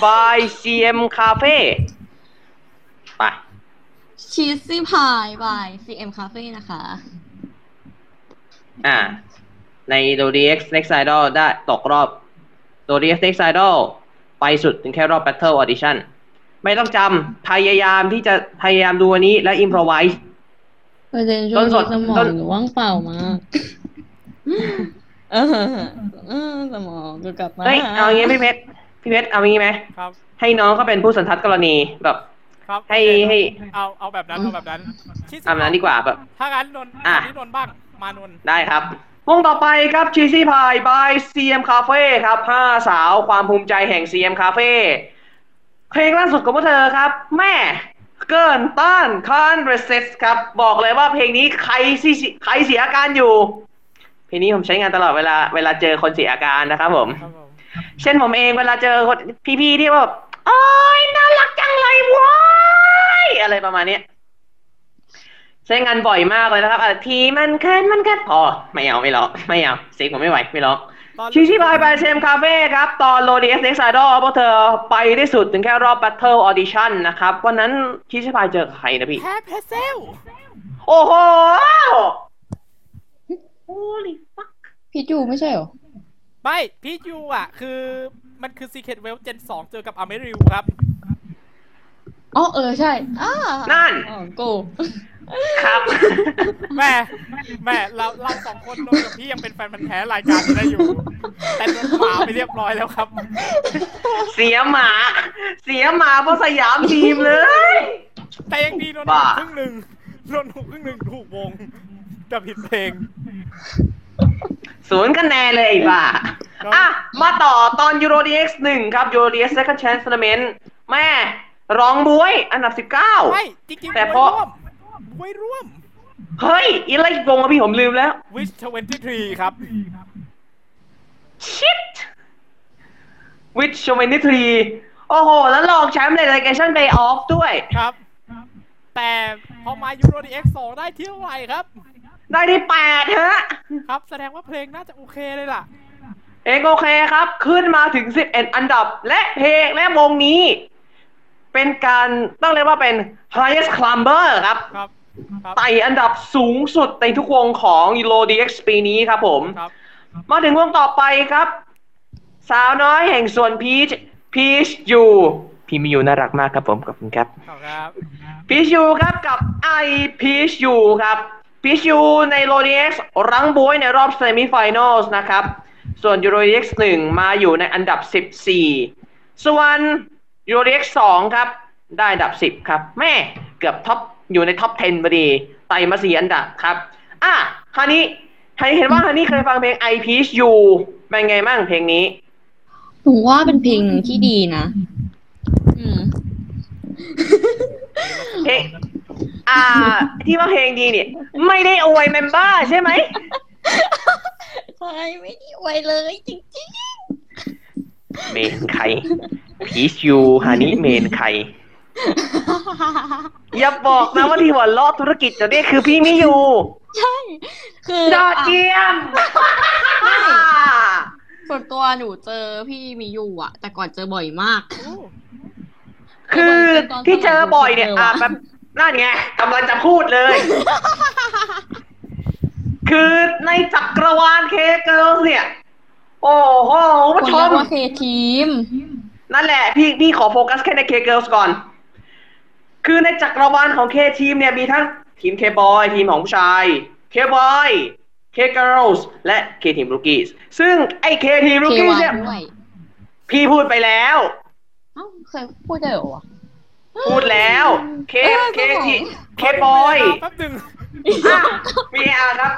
บายซีเอ็มคาเฟ่ไป ชีสซี่พายบาย CM Cafe นะคะ อ่า ใน d o d x Next Idol ได้ตกรอบ d o d x Next Idol ไปสุดถึงแค่รอบ Battle Audition ไม่ต้องจำพยายามที่จะพยายามดูอันนี้และ improvise ประเด็นช่ว ต้ ง นสด นี้สมอ ต้ ง น หนูว่างเปล่ามากเออเออสมองดูกลับมา เฮ้ย เอางี้พี่เพชรพี่เพชรเอางี้ไหม ครับ ให้น้องเขาเป็นผู้สันทัดกรณีแบบ ครับ ให้ให้ เอาเอาแบบนั้นเอาแบบนั้นชีส ทำนั้นดีกว่าแบบ ถ้างั้นนนท์ อ่ะ นี่นนท์บ้าง มานนท์ ได้ครับ วงต่อไปครับชีซี่พายบาย CM Cafe ครับห้าสาวความภูมิใจแห่ง CM Cafe เพลงล่าสุดของพวกเธอครับ แม่เกินต้านคอนเรสเซสครับ บอกเลยว่าเพลงนี้ใครสิใครเสียอาการอยู่ เพลงนี้ผมใช้งานตลอดเวลาเวลาเจอคนเสียอาการนะครับผม ครับผม เช่นผมเองเวลาเจอคนพี่ๆที่แบบโอ้ยน่ารักจังเลยเว้ยอะไรประมาณเนี้ยใช้งานบ่อยมากเลยนะครับอ่ะทีมันเคินมันเคินพอไม่เอาไม่ร้องไม่เอาเซ็กผมไม่ไหวไม่ร้อง ตอน ชิชิบายบายเซมคาเฟ่ครับ ตอนโลดีเอสเอ็กซ์ไอดอลพวกเธอไปได้สุดถึงแค่รอบ Battle Audition นะครับ วันนั้นชิชิบายเจอใครนะพี่ แพ้เพเซล โอ้โหโอ้ลิฟัก พี่จูไม่ใช่เหรอ ไม่พีทยูอ่ะ คือมันคือ Secret w e l l Gen 2 เจอกับอเมริวครับ อ๋อเออใช่อ่า นั่น อ๋อกู ครับ แม่แม่เราเราสองคนโดนกับพี่ยังเป็นแฟนมันธุ์แท้รายการได้อยู่ แต่โดนหมาไปเรียบร้อยแล้วครับ เสียหมา เสียหมาเพราะสยามทีมเลย แต่ยังดีโดน บ้า ครึ่งหนึ่งโดนถูกครึ่งหนึ่งถูกวงแต่ผิดเพลง ศูนย์คะแนนเลยไอ้บ้าอ่ะ มาต่อตอนยูโรดีเอ็กซ์หนึ่งครับยูโรดีเอ็กซ์ second chance tournament แม่ร้องบวยอันดับสิบเก้า ไม่ จริงๆ แต่ บวย พอ ร่วมบวยร่วม เฮ้ยอีไรวงอะพี่ผมลืมแล้ว Wish 23 ครับ ชิตวิชโชเมนิทรีโอ้โห แล้วรองแชมป์ในรายการชั่น Day Off ด้วย ครับ แต่พอมายูโรดีเอ็กซ์สองได้เที่ยวไหวครับ ได้ที่แปดฮะ ครับ แสดงว่าเพลงน่าจะโอเคเลยล่ะ เองโอเคครับ ขึ้นมาถึง 11 อันดับ และเพลงและวงนี้ เป็นการต้องเรียกว่าเป็น highest climber ครับ ครับ ครับ ไต่อันดับสูงสุดในทุกวงของ Euro DX ปีนี้ครับผม ครับ มาถึงวงต่อไปครับ สาวน้อยแห่งส่วนพีชพีชยูพีชมิยูน่ารักมากครับผมขอบคุณครับ ครับ พีชยูครับกับไอพีชยูครับพีชยูในโรดีเอ็กซ์รังบวยในรอบเซมิไฟแนลส์นะครับ ส่วนยูโรดีเอ็กซ์หนึ่งมาอยู่ในอันดับ 14 ส่วนยูโรดีเอ็กซ์สองครับ ได้อันดับ 10 ครับ แม่เกือบท็อปอยู่ในท็อป 10พอดีไต่มาสี่อันดับครับ อ่ะฮันนี่ฮันนี่เห็นว่าฮันนี่เคยฟังเพลงไอพีชยูเป็นไงบ้างเพลงนี้ หนูว่าเป็นเพลงหนึ่งที่ดีนะ อืม เพลงอ่า ที่ว่าเพลงดีเนี่ย ไม่ได้อวยเมมเบอร์ใช่ไหม ใครไม่ได้ไวเลยจริง เมนไข่พีชยูฮานิเมนไข่ ๆ อย่าบอกนะว่าที่หัวล้อธุรกิจจะนี่คือพี่มิยู คือย อดเยี่ยม ส่วนตัวหนูเจอพี่มีอยู่อะแต่ก่อนเจอบ่อยมาก คือที่เจอบ่อยเนี่ย อ่าแบบนั่นไงกำลังจะพูดเลย คือในจักรวาลเคเกิลเนี่ย โอ้โหคุณ คน ผู้ช เรีย ม กว่าเคทีม นั่นแหละพี่พี่ขอโฟกัสแค่ในเคเกิลส์ก่อน คือในจักรวาลของเคทีมเนี่ยมีทั้งทีมเคบอยทีมของผู้ชายเคบอยเคเกิลส์และเคทีมลูกี้ซึ่งไอ้เคทีมลู เค กี้ วา เนี่ย ด้วย พี่พูดไปแล้ว เอ้าเคยพูดได้เหรอวะ พูดแล้วเค เออ เค ก็บอก ทีเคบอย แป๊บหนึ่ง มีอาครับ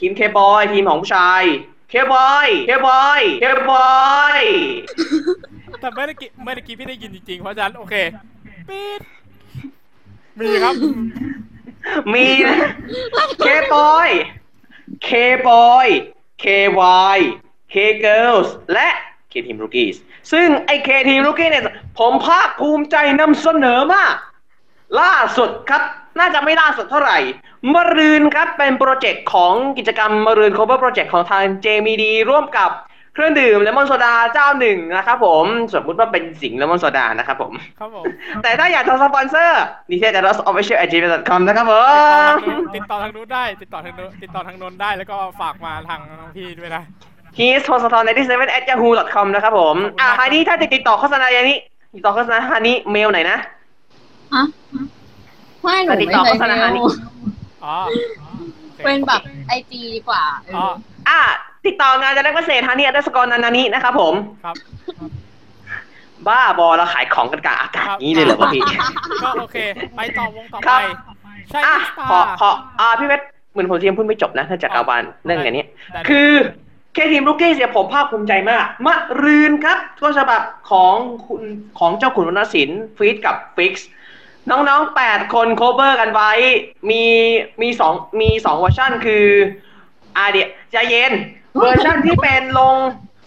ทีมเคบอยทีมของผู้ชายเคบอยเคบอยเคบอย แต่เมื่อกี้เมื่อกี้พี่ได้ยินจริงๆ เพราะฉะนั้นโอเคปิดมีครับ มีนะเคปอยเคปอยเควย เคเกิลส์และเคทีมรูกี้ซึ่งไอเคทีมรูกี้เนี่ย ผมภาคภูมิใจนำเสนอมาก ล่าสุดครับ น่าจะไม่ล่าสุดเท่าไหร่มะรืนครับ เป็นโปรเจกต์ของกิจกรรมมะรืน cover โปรเจกต์ของทาง JMD ร่วมกับเครื่องดื่มเลมอนโซดาเจ้าหนึ่งนะครับผม สมมุติว่าเป็นสิงห์เลมอนโซดานะครับผม ครับผม แต่ถ้าอยากจะสปอนเซอร์นิเทศ a ด o s official at gmail.com นะครับผม ติดต่อทางนู้นได้ ติดต่อทางนู้นติดต่อทางนนท์ได้ แล้วก็ฝากมาทางน้องพี่ด้วยนะ he is h o s t o n 97 at yahoo.com นะครับผม อ่าฮานี้ถ้าจะติดต่อโฆษณาอย่างนี้ ติดต่อโฆษณาฮานี้เมลไหนนะ ฮะไม่หนู ติด ไม่ ต่อ เคย โฆษณาหานี่ เมล อ๋อโอค เป็นแบบไอจีดีกว่าเออ อ๋อ อ อ่า ติดต่องานจะได้เกษตรฮานี้ได้สกอร์นานานี้นะครับผม ครับ บ้าบอเราขายของกันกลางอากาศนี้เลยเหรอวะพี่ ก็โอเค ไปต่อวงต่อ ครั ไป บ ใช่ อ่ะ สตา ขอ ร์ ขออ่าพี่เวทเหมือนผมยังพูดไม่จบนะถ้าจากเอาบานเรื่องอย่างนี้ คือแค่ทีมลูกเก้เสียผมภาคภูมิใจมากมะรืนครับต้นฉบับของคุณของเจ้าขุนวรรณศิลป์ฟีดกับฟิกซ์น้องๆ 8 คนโคเวอร์กันไว้ มีมีสองมีสองเวอร์ชันคืออาเดียใจเย็น เวอร์ชันที่เป็นลง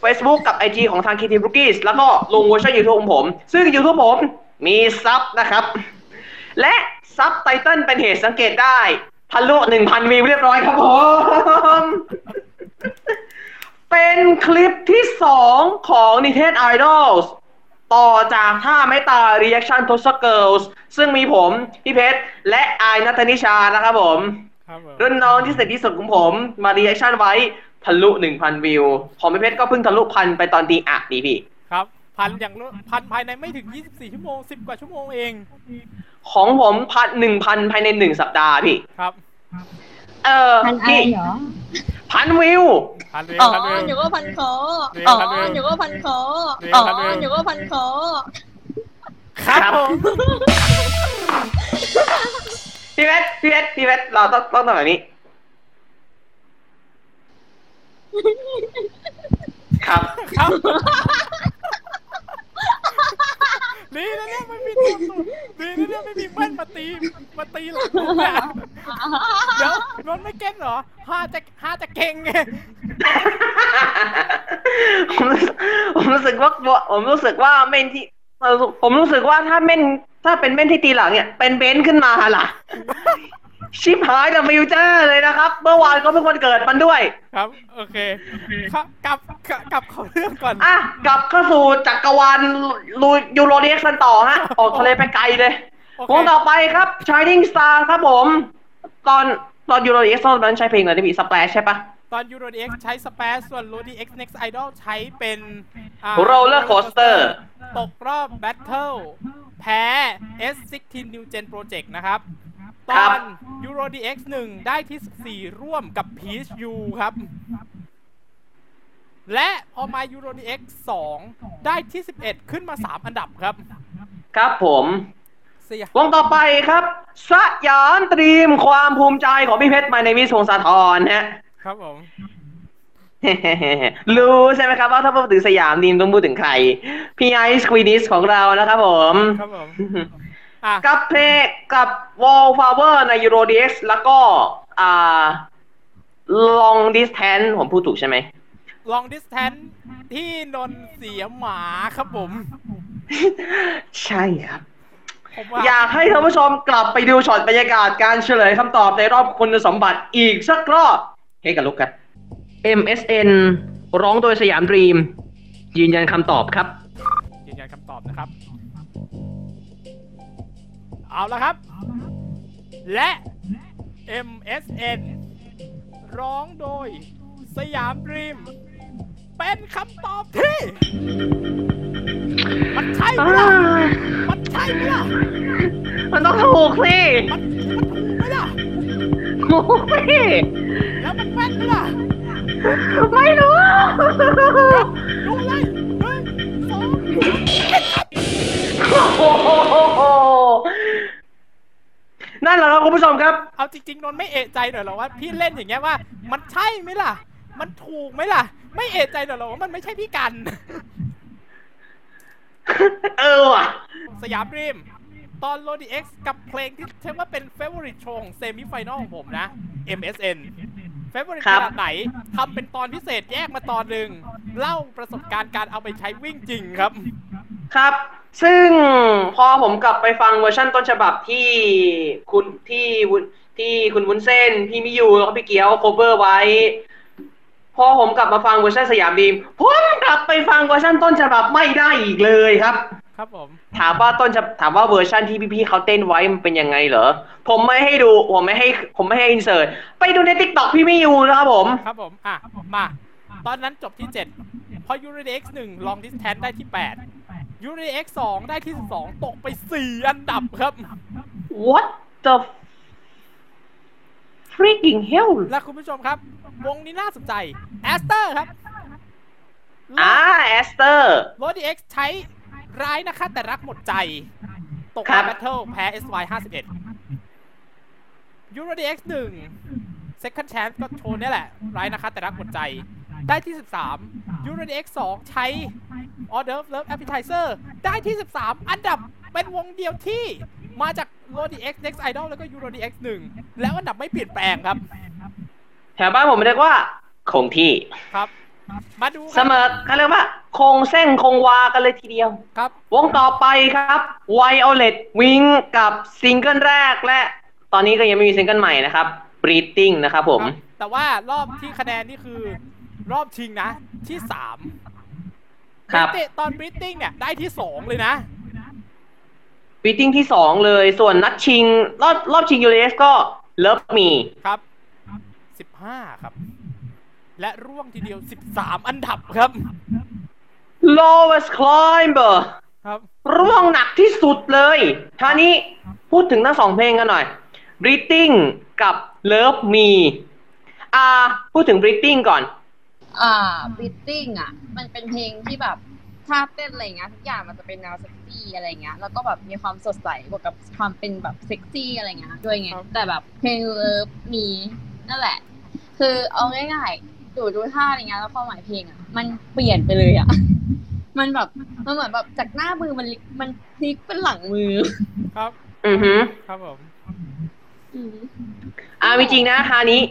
Facebook กับ IG ของทางคีทีมลูกี้แล้วก็ลงเวอร์ชัน YouTube ของผม ซึ่ง YouTube ผมมีซับนะครับ และซับไตเติลเป็นเหตุสังเกตได้ทะลุหนึ่งพันวิวเรียบร้อยครับผม เป็นคลิปที่สองของนิเทศ Idols ต่อจากท่าไม่ตาย Reaction to s g i r l s ซึ่งมีผม พี่เพชร และอายนัทนิชานะครับผม ครับผม รุ่นน้องที่เสร็จที่สุดของผมมา Reaction ไว้ทะลุ 1,000 วิว ของพี่เพชรก็เพิ่งทะลุพันไปตอนตีอ่ะดีพี่ ครับพันอย่างน้อยพันภายในไม่ถึง 24 ชั่วโมง 10 กว่าชั่วโมงเอง ของผมพันหนึ่งพันภายในหนึ่งสัปดาห์พี่ ครับ เออ พันไอ พี่ เหรอ พันวิว พันเร็ว อ๋อ พันเร็ว หนูก็พันคอ เร็ว อ๋อ ครับเร็ว หนูก็พันคอ เร็ว อ๋อ ครับเร็ว หนูก็พันคอ ครับ ครับ ผม พี่เพชรพี่เพชรพี่เพชรเราต้องต้องทำแบบนี้ ครับ ครับ ดีนะเนี่ยไม่มีตัวสูงดีนะเนี่ยไม่มีแว่นมาตีมาตีหลังผม อะเดี๋ยวนนท์ไม่เก็ตเหรอห้าจะห้าจะเก่งไง ผมรู้สึกผมรู้สึกว่าผมรู้สึกว่าเม่นที่ผมรู้สึกว่าถ้าเม่นถ้าเป็นเม่นที่ตีหลังเนี่ย เป็นเบนซ์ขึ้นมา ล่ะ ชิบหายดับมิวเจอร์เลยนะครับ เมื่อวานก็เพิ่งวันเกิดมันด้วย ครับ โอเคครับกลับกลับกลับเข้าเรื่องก่อน อ่ะกลับเข้าสู่จักรวาลลูยูโรเดียกกันต่อฮะ ออกทะเลไปไกลเลย โอ ว เค งต่อไปครับ Shining Star ครับผม ตอนตอนยูโรเอ็กซ์ตอนนั้นใช้เพลงอะไรนะพี่สเปรชใช่ปะ ตอนยูโรเอ็กใช้สเปซส่วนโรดีเอ็กซ์เน็กซ์ไอดอลใช้เป็นอ่า Roller Coaster ตกรอบแบทเทิลแพ้ S16 New Gen Project นะครับ ต ครั อบ น Euro DX 1 ได้ที่ 14 ร่วมกับ PSU ครับ และพอมา Euro DX 2 ได้ที่ 11 ขึ้นมา 3 อันดับครับ ครับผม เสียว งต่อไปครับ สยามตรีมความภูมิใจของพี่เพชรมาในวิสงสาธรฮะ ครับผม รู้ใช่ไหมครับว่าถ้าพูดถึงสยามดีมต้องพูดถึงใคร พี่ไอซ์ควีนิสของเรานะครับผม ครับผม อ่ะ กับเพลงกับ Wallflower ใน EuroDX แล้วก็ อ่า Long Distance ผมพูดถูกใช่ไหม Long Distance ที่นนท์เสียหมาครับผม ใช่ครับ ผมว่า อยากให้ท่านผู้ชมกลับไปดูช็อตบรรยากาศการเฉลยคำตอบในรอบคุณสมบัติอีกสักรอบเฮ้ยกันลุกกัน MSN ร้องโดยสยามดรีม ยืนยันคำตอบครับ ยืนยันคำตอบนะครับ เอาละครับ และ MSN ร้องโดยสยามดรีม เป็นคำตอบที่ มันใช่ไหมล่ะมันใช่ไหมล่ะ มันต้องถูกสิ มันมันถูกไหมล่ะ โอ้ย แล้วมันแม่นไหมล่ะ ไม่รู้ ดูเลยหนึ่งสอง โอ้โหนั่นแหละครับคุณผู้ชมครับ เอาจริง ๆ นนท์ไม่เอะใจหน่อยเหรอว่า พี่เล่นอย่างเงี้ยว่า มันใช่ไหมล่ะ มันถูกไหมล่ะ ไม่เอะใจหน่อยเหรอว่ามันไม่ใช่พี่กัน เออว่ะ สยามดรีม ตอนโลดีเอ็กซ์กับเพลงที่เชื่อว่าเป็นเฟเวอริตโชว์ของเซมิไฟนอลของผมนะ MSN เฟเวอริต ครั ข บ นาดไหนทำเป็นตอนพิเศษแยกมาตอนหนึ่ง เล่าประสบการณ์การเอาไปใช้วิ่งจริงครับ ครับ ซึ่งพอผมกลับไปฟังเวอร์ชั่นต้นฉบับที่คุณที่วุ้นที่คุณวุ้นเส้น พี่มิยูแล้วก็พี่เกียวโคเวอร์ไว้ พอผมกลับมาฟังเวอร์ชันสยามดีมผมกลับไปฟังเวอร์ชันต้นฉบับไม่ได้อีกเลยครับ ครับผม ถามว่าต้นฉบับถามว่าเวอร์ชันที่พี่ๆเขาเต้นไว้มันเป็นยังไงเหรอ ผมไม่ให้ดู ผมไม่ให้ผมไม่ให้อินเสิร์ตไปดูในทิกตอกพี่มิยูนะครับผม ครับผม อ่ะ มา ตอนนั้นจบที่ 7 พอยูริเอ็กซ์หนึ่งลองดิสแทนได้ที่ 8ยูริเอ็กซ์สองได้ที่ 12 ตกไป 4 อันดับครับ what the freaking hell และคุณผู้ชมครับ วงนี้น่าสนใจแอสเตอร์ครับ อ่าแอสเตอร์ โรดีเอ็กซ์ใช้ร้ายนะคะ แต่รักหมดใจ ตก ครั ใน บ แบทเทิลแพ้ SY 51ยูโรดีเอ็กซ์หนึ่ง second chance ก็โชว์เนี่ยแหละ ร้ายนะคะ แต่รักหมดใจ ได้ที่ 13ยูโรดีเอ็กซ์สองใช้ order of love appetizer ได้ที่ 13 อันดับเป็นวงเดียวที่มาจากโรดีเอ็กซ์ next idol แล้วก็ยูโรดีเอ็กซ์หนึ่งแล้วอันดับไม่เปลี่ยนแปลงครับ แถวบ้านผมเรียกว่า คงที่ ครับ มาดูค เส รับ มอเขาเรียกว่า คงเส้นคงวากันเลยทีเดียว ครับ วงต่อไปครับ Violet Wing กับซิงเกิลแรกและ ตอนนี้ก็ยังไม่มีซิงเกิลใหม่นะครับ Breathing นะครับผม ครับแต่ว่ารอบที่คะแนนนี่คือรอบชิงนะที่ 3 ครับ เตะตอนบริตติ้งเนี่ย ได้ที่สองเลยนะ Breathing ที่ 2 เลย ส่วนนัดชิง รอบรอบชิง US ก็ Love Me ครับสิบห้าครับ และร่วงทีเดียวสิบสามอันดับครับ Lowest Climber ครับ ร่วงหนักที่สุดเลยท่าวนี้พูดถึงทั้งสองเพลงกันหน่อย Breathing กับ Love Me อ่า พูดถึง Breathing ก่อน อ่าบิทติ้งอ่ะ มันเป็นเพลงที่แบบท่าเต้นอะไรเงี้ยทุกอย่างมันจะเป็นแนวเซ็กซี่อะไรเงี้ยแล้วก็แบบมีความสดใสบวกกับความเป็นแบบเซ็กซี่อะไรเงี้ยด้วยไง ครับ แต่แบบเพลงเลิฟมีนั่นแหละ คือเอาง่ายๆดูดูท่าอะไรเงี้ยแล้วความหมายเพลงอ่ะ มันเปลี่ยนไปเลยอ่ะ มันแบบมันเหมือนแบบจากหน้ามือมันมันพลิกเป็นหลังมือ ครับ อือฮึ ครับผม อืม อาจริงๆนะฮานี้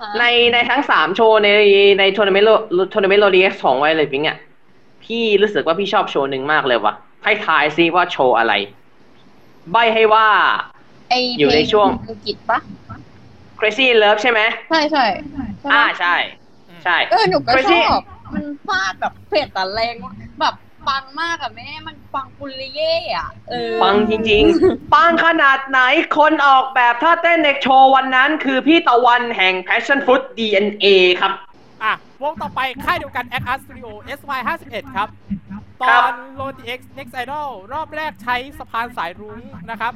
ค่ะ ในในทั้งสามโชว์ในในทัวร์นาเมนต์ทัวร์นาเมนต์โรดีเอ็กของไวเลยพิงเนี่ยพี่รู้สึกว่าพี่ชอบโชว์หนึ่งมากเลยว่ะให้ทายซิว่าโชว์อะไร ใบให้ว่า ไอ อยู่ในช่วง เพลอังกฤษปะ Crazy in Love ใช่ไหม ใช่ใช่ใช่ อ่า ปะ ใช่ ใช่ เออหนูก็ช Crazy อบ มันฟาดแบบเผ็ดแต่แรงมากแบบปังมากอะแม่ มันปังปุริเย่อะเออ ปังจริงๆ ปังขนาดไหนคนออกแบบท่าเต้นในโชว์วันนั้น คือพี่ตะวันแห่ง Passion Food DNA ครับ อ่ะ วงต่อไป ค่ายเดียวกัน Act Art Studio SY 5 1ครับ ต ค อ รับ น l o d x Next Idol รอบแรกใช้สะพานสายรุ้งนะครับ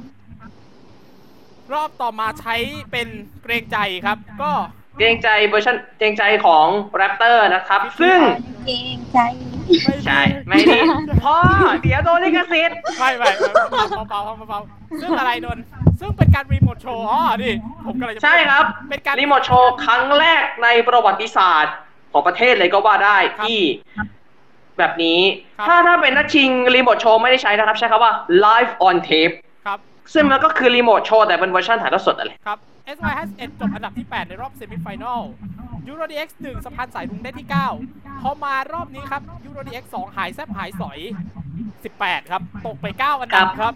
รอบต่อมาใช้เป็นเกรงใจครับ ก็ เกรงใจเวอร์ชันเกรงใจของแรปเตอร์นะครับ ซึ่ง เกรงใจ ไม่ ใช่ ไม่ ดีพ่อเดี๋ยวโดนลิขสิทธิ์ ไม่ไม่ไม่เบาเบาเบาเบาซึ่งอะไรนนท์ซึ่งเป็นการรีโมทโชว์อ๋อนี่ผมกำลังจะพูด ใช่ครับ เป็นการ รีโมทโชว์ครั้งแรกในประวัติศาสตร์ของประเทศเลยก็ว่าได้ ครับ ที่แบบนี้ ครับ ถ้าถ้าเป็นนักชิงรีโมทโชว์ไม่ได้ใช้นะครับ ใช้คำว่า live on tape ครับ ซึ่งมันก็คือรีโมทโชว์แต่เป็นเวอร์ชันถ่ายทอดสดอะไร ครับ SY51 จบอันดับที่ 8 ในรอบเซมิไฟแนล EuroDX 1สะพานสายรุ้งได้ที่ 9 พอมารอบนี้ครับ EuroDX 2 หายแซบหายสอย 18 ครับ ตกไป 9 อันดับ ค ค รั รับ บ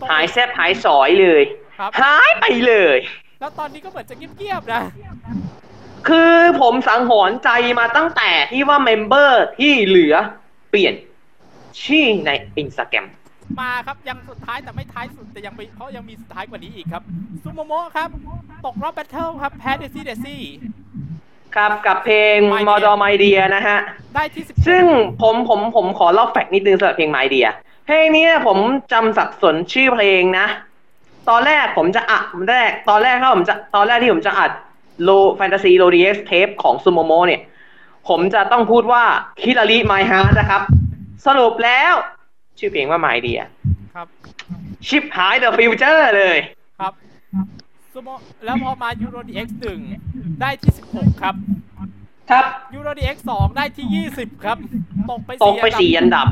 ตก หายแซบหายสอยเลย ครับ หายไปเลย แล้วตอนนี้ก็เหมือนจะเงียบๆนะ คือผมสังหรณ์ใจมาตั้งแต่ที่ว่าเมมเบอร์ที่เหลือเปลี่ยนชื่อในอินสตาแกรม มาครับ ยังสุดท้ายแต่ไม่ท้ายสุด แต่ยังไปเพราะยังมีสุดท้ายกว่านี้อีกครับซูโมโมะครับ ตกรอบแบทเทิลครับ แพ้เดซี่เดซี่ ครับกับเพลง My มอ Dear ดอไมเดียนะฮะ ได้ที่10 ซึ่งผมผมผมขอเล่าแฟกต์นิดนึงสำหรับเพลงไมเดีย เพลงนี้ผมจำสับสนชื่อเพลงนะ ตอนแรกผมจะอัดแรก ตอนแรกถ้าผมจะตอนแรกที่ผมจะอัดโลแฟนตาซีโลดีเอ็กซ์เทปของซูโมโมเนี่ย ผมจะต้องพูดว่าฮิลารีไมฮาร์นะครับ สรุปแล้ว ชื่อเพลงว่าไมเดีย ครับ ชิปหายเดอะฟิวเจอร์เลย ครับสมมติแล้วพอมา Euro DX 1ได้ที่ 16 ครับ ครับ Euro DX 2ได้ที่ 20 ครับ ตกไป ตกไป 4 สี่อันดับ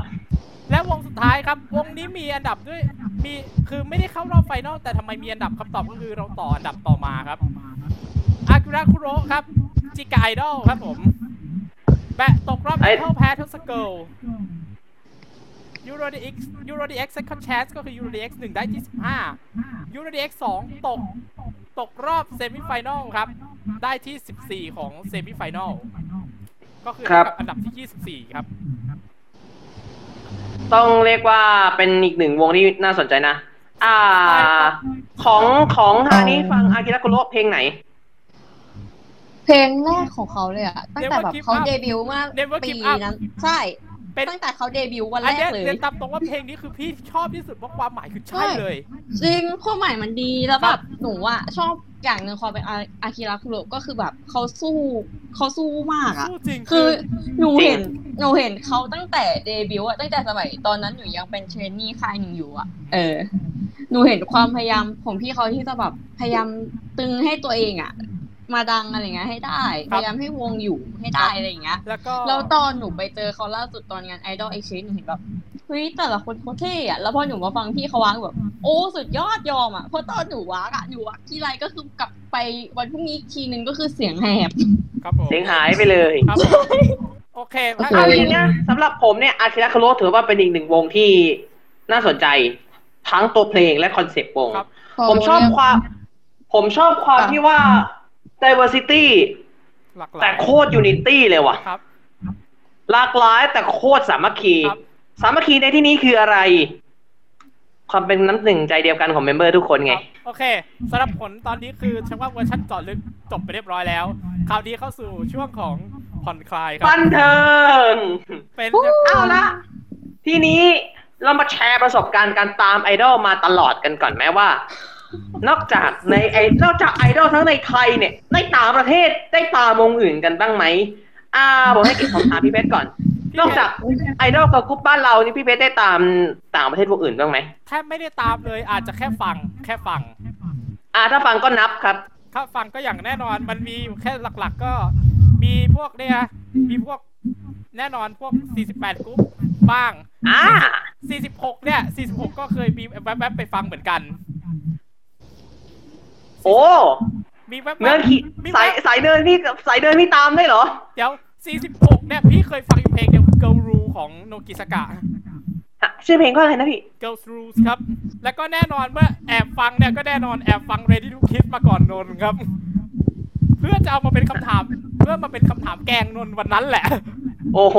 และวงสุดท้ายครับ วงนี้มีอันดับด้วย มี คือไม่ได้เข้ารอบไฟนอล แต่ทำไมมีอันดับคำตอบก็คือเราต่ออันดับต่อมาครับ อากุระคุโระครับ จิกาไอดอลครับผม แบะตกรอบ ไอ้ เท่าแพ้ทศเกิลยูโรดีเอ็กซ์ยูโรดีเอ็กซ์เซคันด์แชสก็คือยูโรดีเอ็กซ์หนึ่งได้ที่สิบห้ายูโรดีเอ็กซ์สองตก ตกรอบเซมิไฟแนอลครับ ได้ที่สิบสี่ของเซมิไฟแนอล ก็คือ ครับ อันดับที่ยี่สิบสี่ครับ ต้องเรียกว่าเป็นอีกหนึ่งวงที่น่าสนใจนะ อ่า ของของฮานี้ฟังอากิระคุโระเพลงไหน เพลงแรกของเขาเลยอะตั้งแต่ Never แบบ Give เขา Up เดบิวต์มา Never ปี Give Up นั้นใช่ เป็น ตั้งแต่เขาเดบิวต์วัน อันแรเนี้ ก ย เลย เรียนตามตรงว่าเพลงนี้คือพี่ชอบที่สุดเพราะความหมายคือใช่ ใช่ เลย จริงความหมายมันดีแล้ว ค แบ รับบ หนูอะชอบอย่างหนึ่งความเป็นอาอากิระคุโระก็คือแบบเขาสู้เขาสู้มากอะ สู้จริง คือหนู จริง เห็นหนูเห็นเขาตั้งแต่เดบิวต์อะตั้งแต่สมัยตอนนั้นหนูยังเป็นเทรนนี่ค่ายหนึ่งอยู่อะเออหนูเห็นความพยายามของพี่เขาที่จะแบบพยายามตึงให้ตัวเองอะมาดังอะไรเงี้ยให้ได้ ค พ รับ ยายามให้วงอยู่ให้ได้อะไรเงี้ย แล้วก็ แล้วตอนหนูไปเจอเขาล่าสุดตอนงานไอดอลเอ็กซ์หนูเห็นแบบเฮ้ยแต่ละคนเขาเท่อะแล้วพอหนูมาฟังพี่เขาวางแบบ โอ้สุดยอดยอมอะเพราะตอนหนูวากอะหนูวากทีไรก็คือกลับไปวันพรุ่งนี้อีกทีนึงก็คือเสียงแหบ ครับผม เสียงหายไปเลย ครับผมโอเคถ้า เอา โค จริงนะสำหรับผมเนี่ยอาคิระคุโระถือว่าเป็นอีกหนึ่งวงที่น่าสนใจ ทั้งตัวเพลงและคอนเซปต์วง ครับ ผมชอบความ ผมชอบความ อ่ะ ที่ว่า diversity หลากหลาย แต่โคตร unity เลยว่ะ ครับ หลากหลายแต่โคตรสามัคคี ครับ สามัคคีในที่นี้คืออะไร ความเป็นน้ำหนึ่งใจเดียวกันของเมมเบอร์ทุกคนไง ครับโอเคสำหรับผลตอนนี้คือฉันว่าเวอร์ชันเจอดลึกจบไปเรียบร้อยแล้ว คราวนี้เข้าสู่ช่วงของผ่อนคลายครั บันเทิง เป็น เอาละทีนี้เรามาแชร์ประสบการณ์การตามไอดอลมาตลอดกันก่อนแม้ว่า นอกจากในไอนอกจากไอดอลทั้งในไทยเนี่ยในต่างประเทศได้ตามวงอื่นกันบ้างไหมอ่าผมให้เก็บคำถามพี่เพชรก่อน นอกจากไอดอลกับกรุ๊ปบ้านเรานี่พี่เพชรได้ตามต่างประเทศวงอื่นบ้างไหม แทบไม่ได้ตามเลยอาจจะแค่ฟังแค่ฟัง อ่าถ้าฟังก็นับครับ ถ้าฟังก็อย่างแน่นอนมันมีอยู่แค่หลักๆก็มีพวกเนี่ยมีพวกแน่นอนพวก 48กรุ๊ปบ้าง อ่า 46 เนี่ย 46 ก็เคยมีแวบๆไปฟังเหมือนกัน โอ้ มีแวบๆ เนินขี่ มี สาย แวบ สายเนินนี่สายเนินนี่ตามได้เหรอ เดี๋ยว 46 เนี่ย พี่เคยฟังอยู่เพลงเดียวคือ Girl Rule ของโนกิสกะ อ่ะชื่อเพลงว่าอะไรนะพี่ Girls Rules ครับ แล้วก็แน่นอนเมื่อแอบฟังเนี่ย ก็แน่นอนแอบฟัง Ready to Kiss มาก่อนนนท์ครับ เพื่อจะเอามาเป็นคำถาม เพื่อมาเป็นคำถามแกล้งนนท์วันนั้นแหละ โอ้โห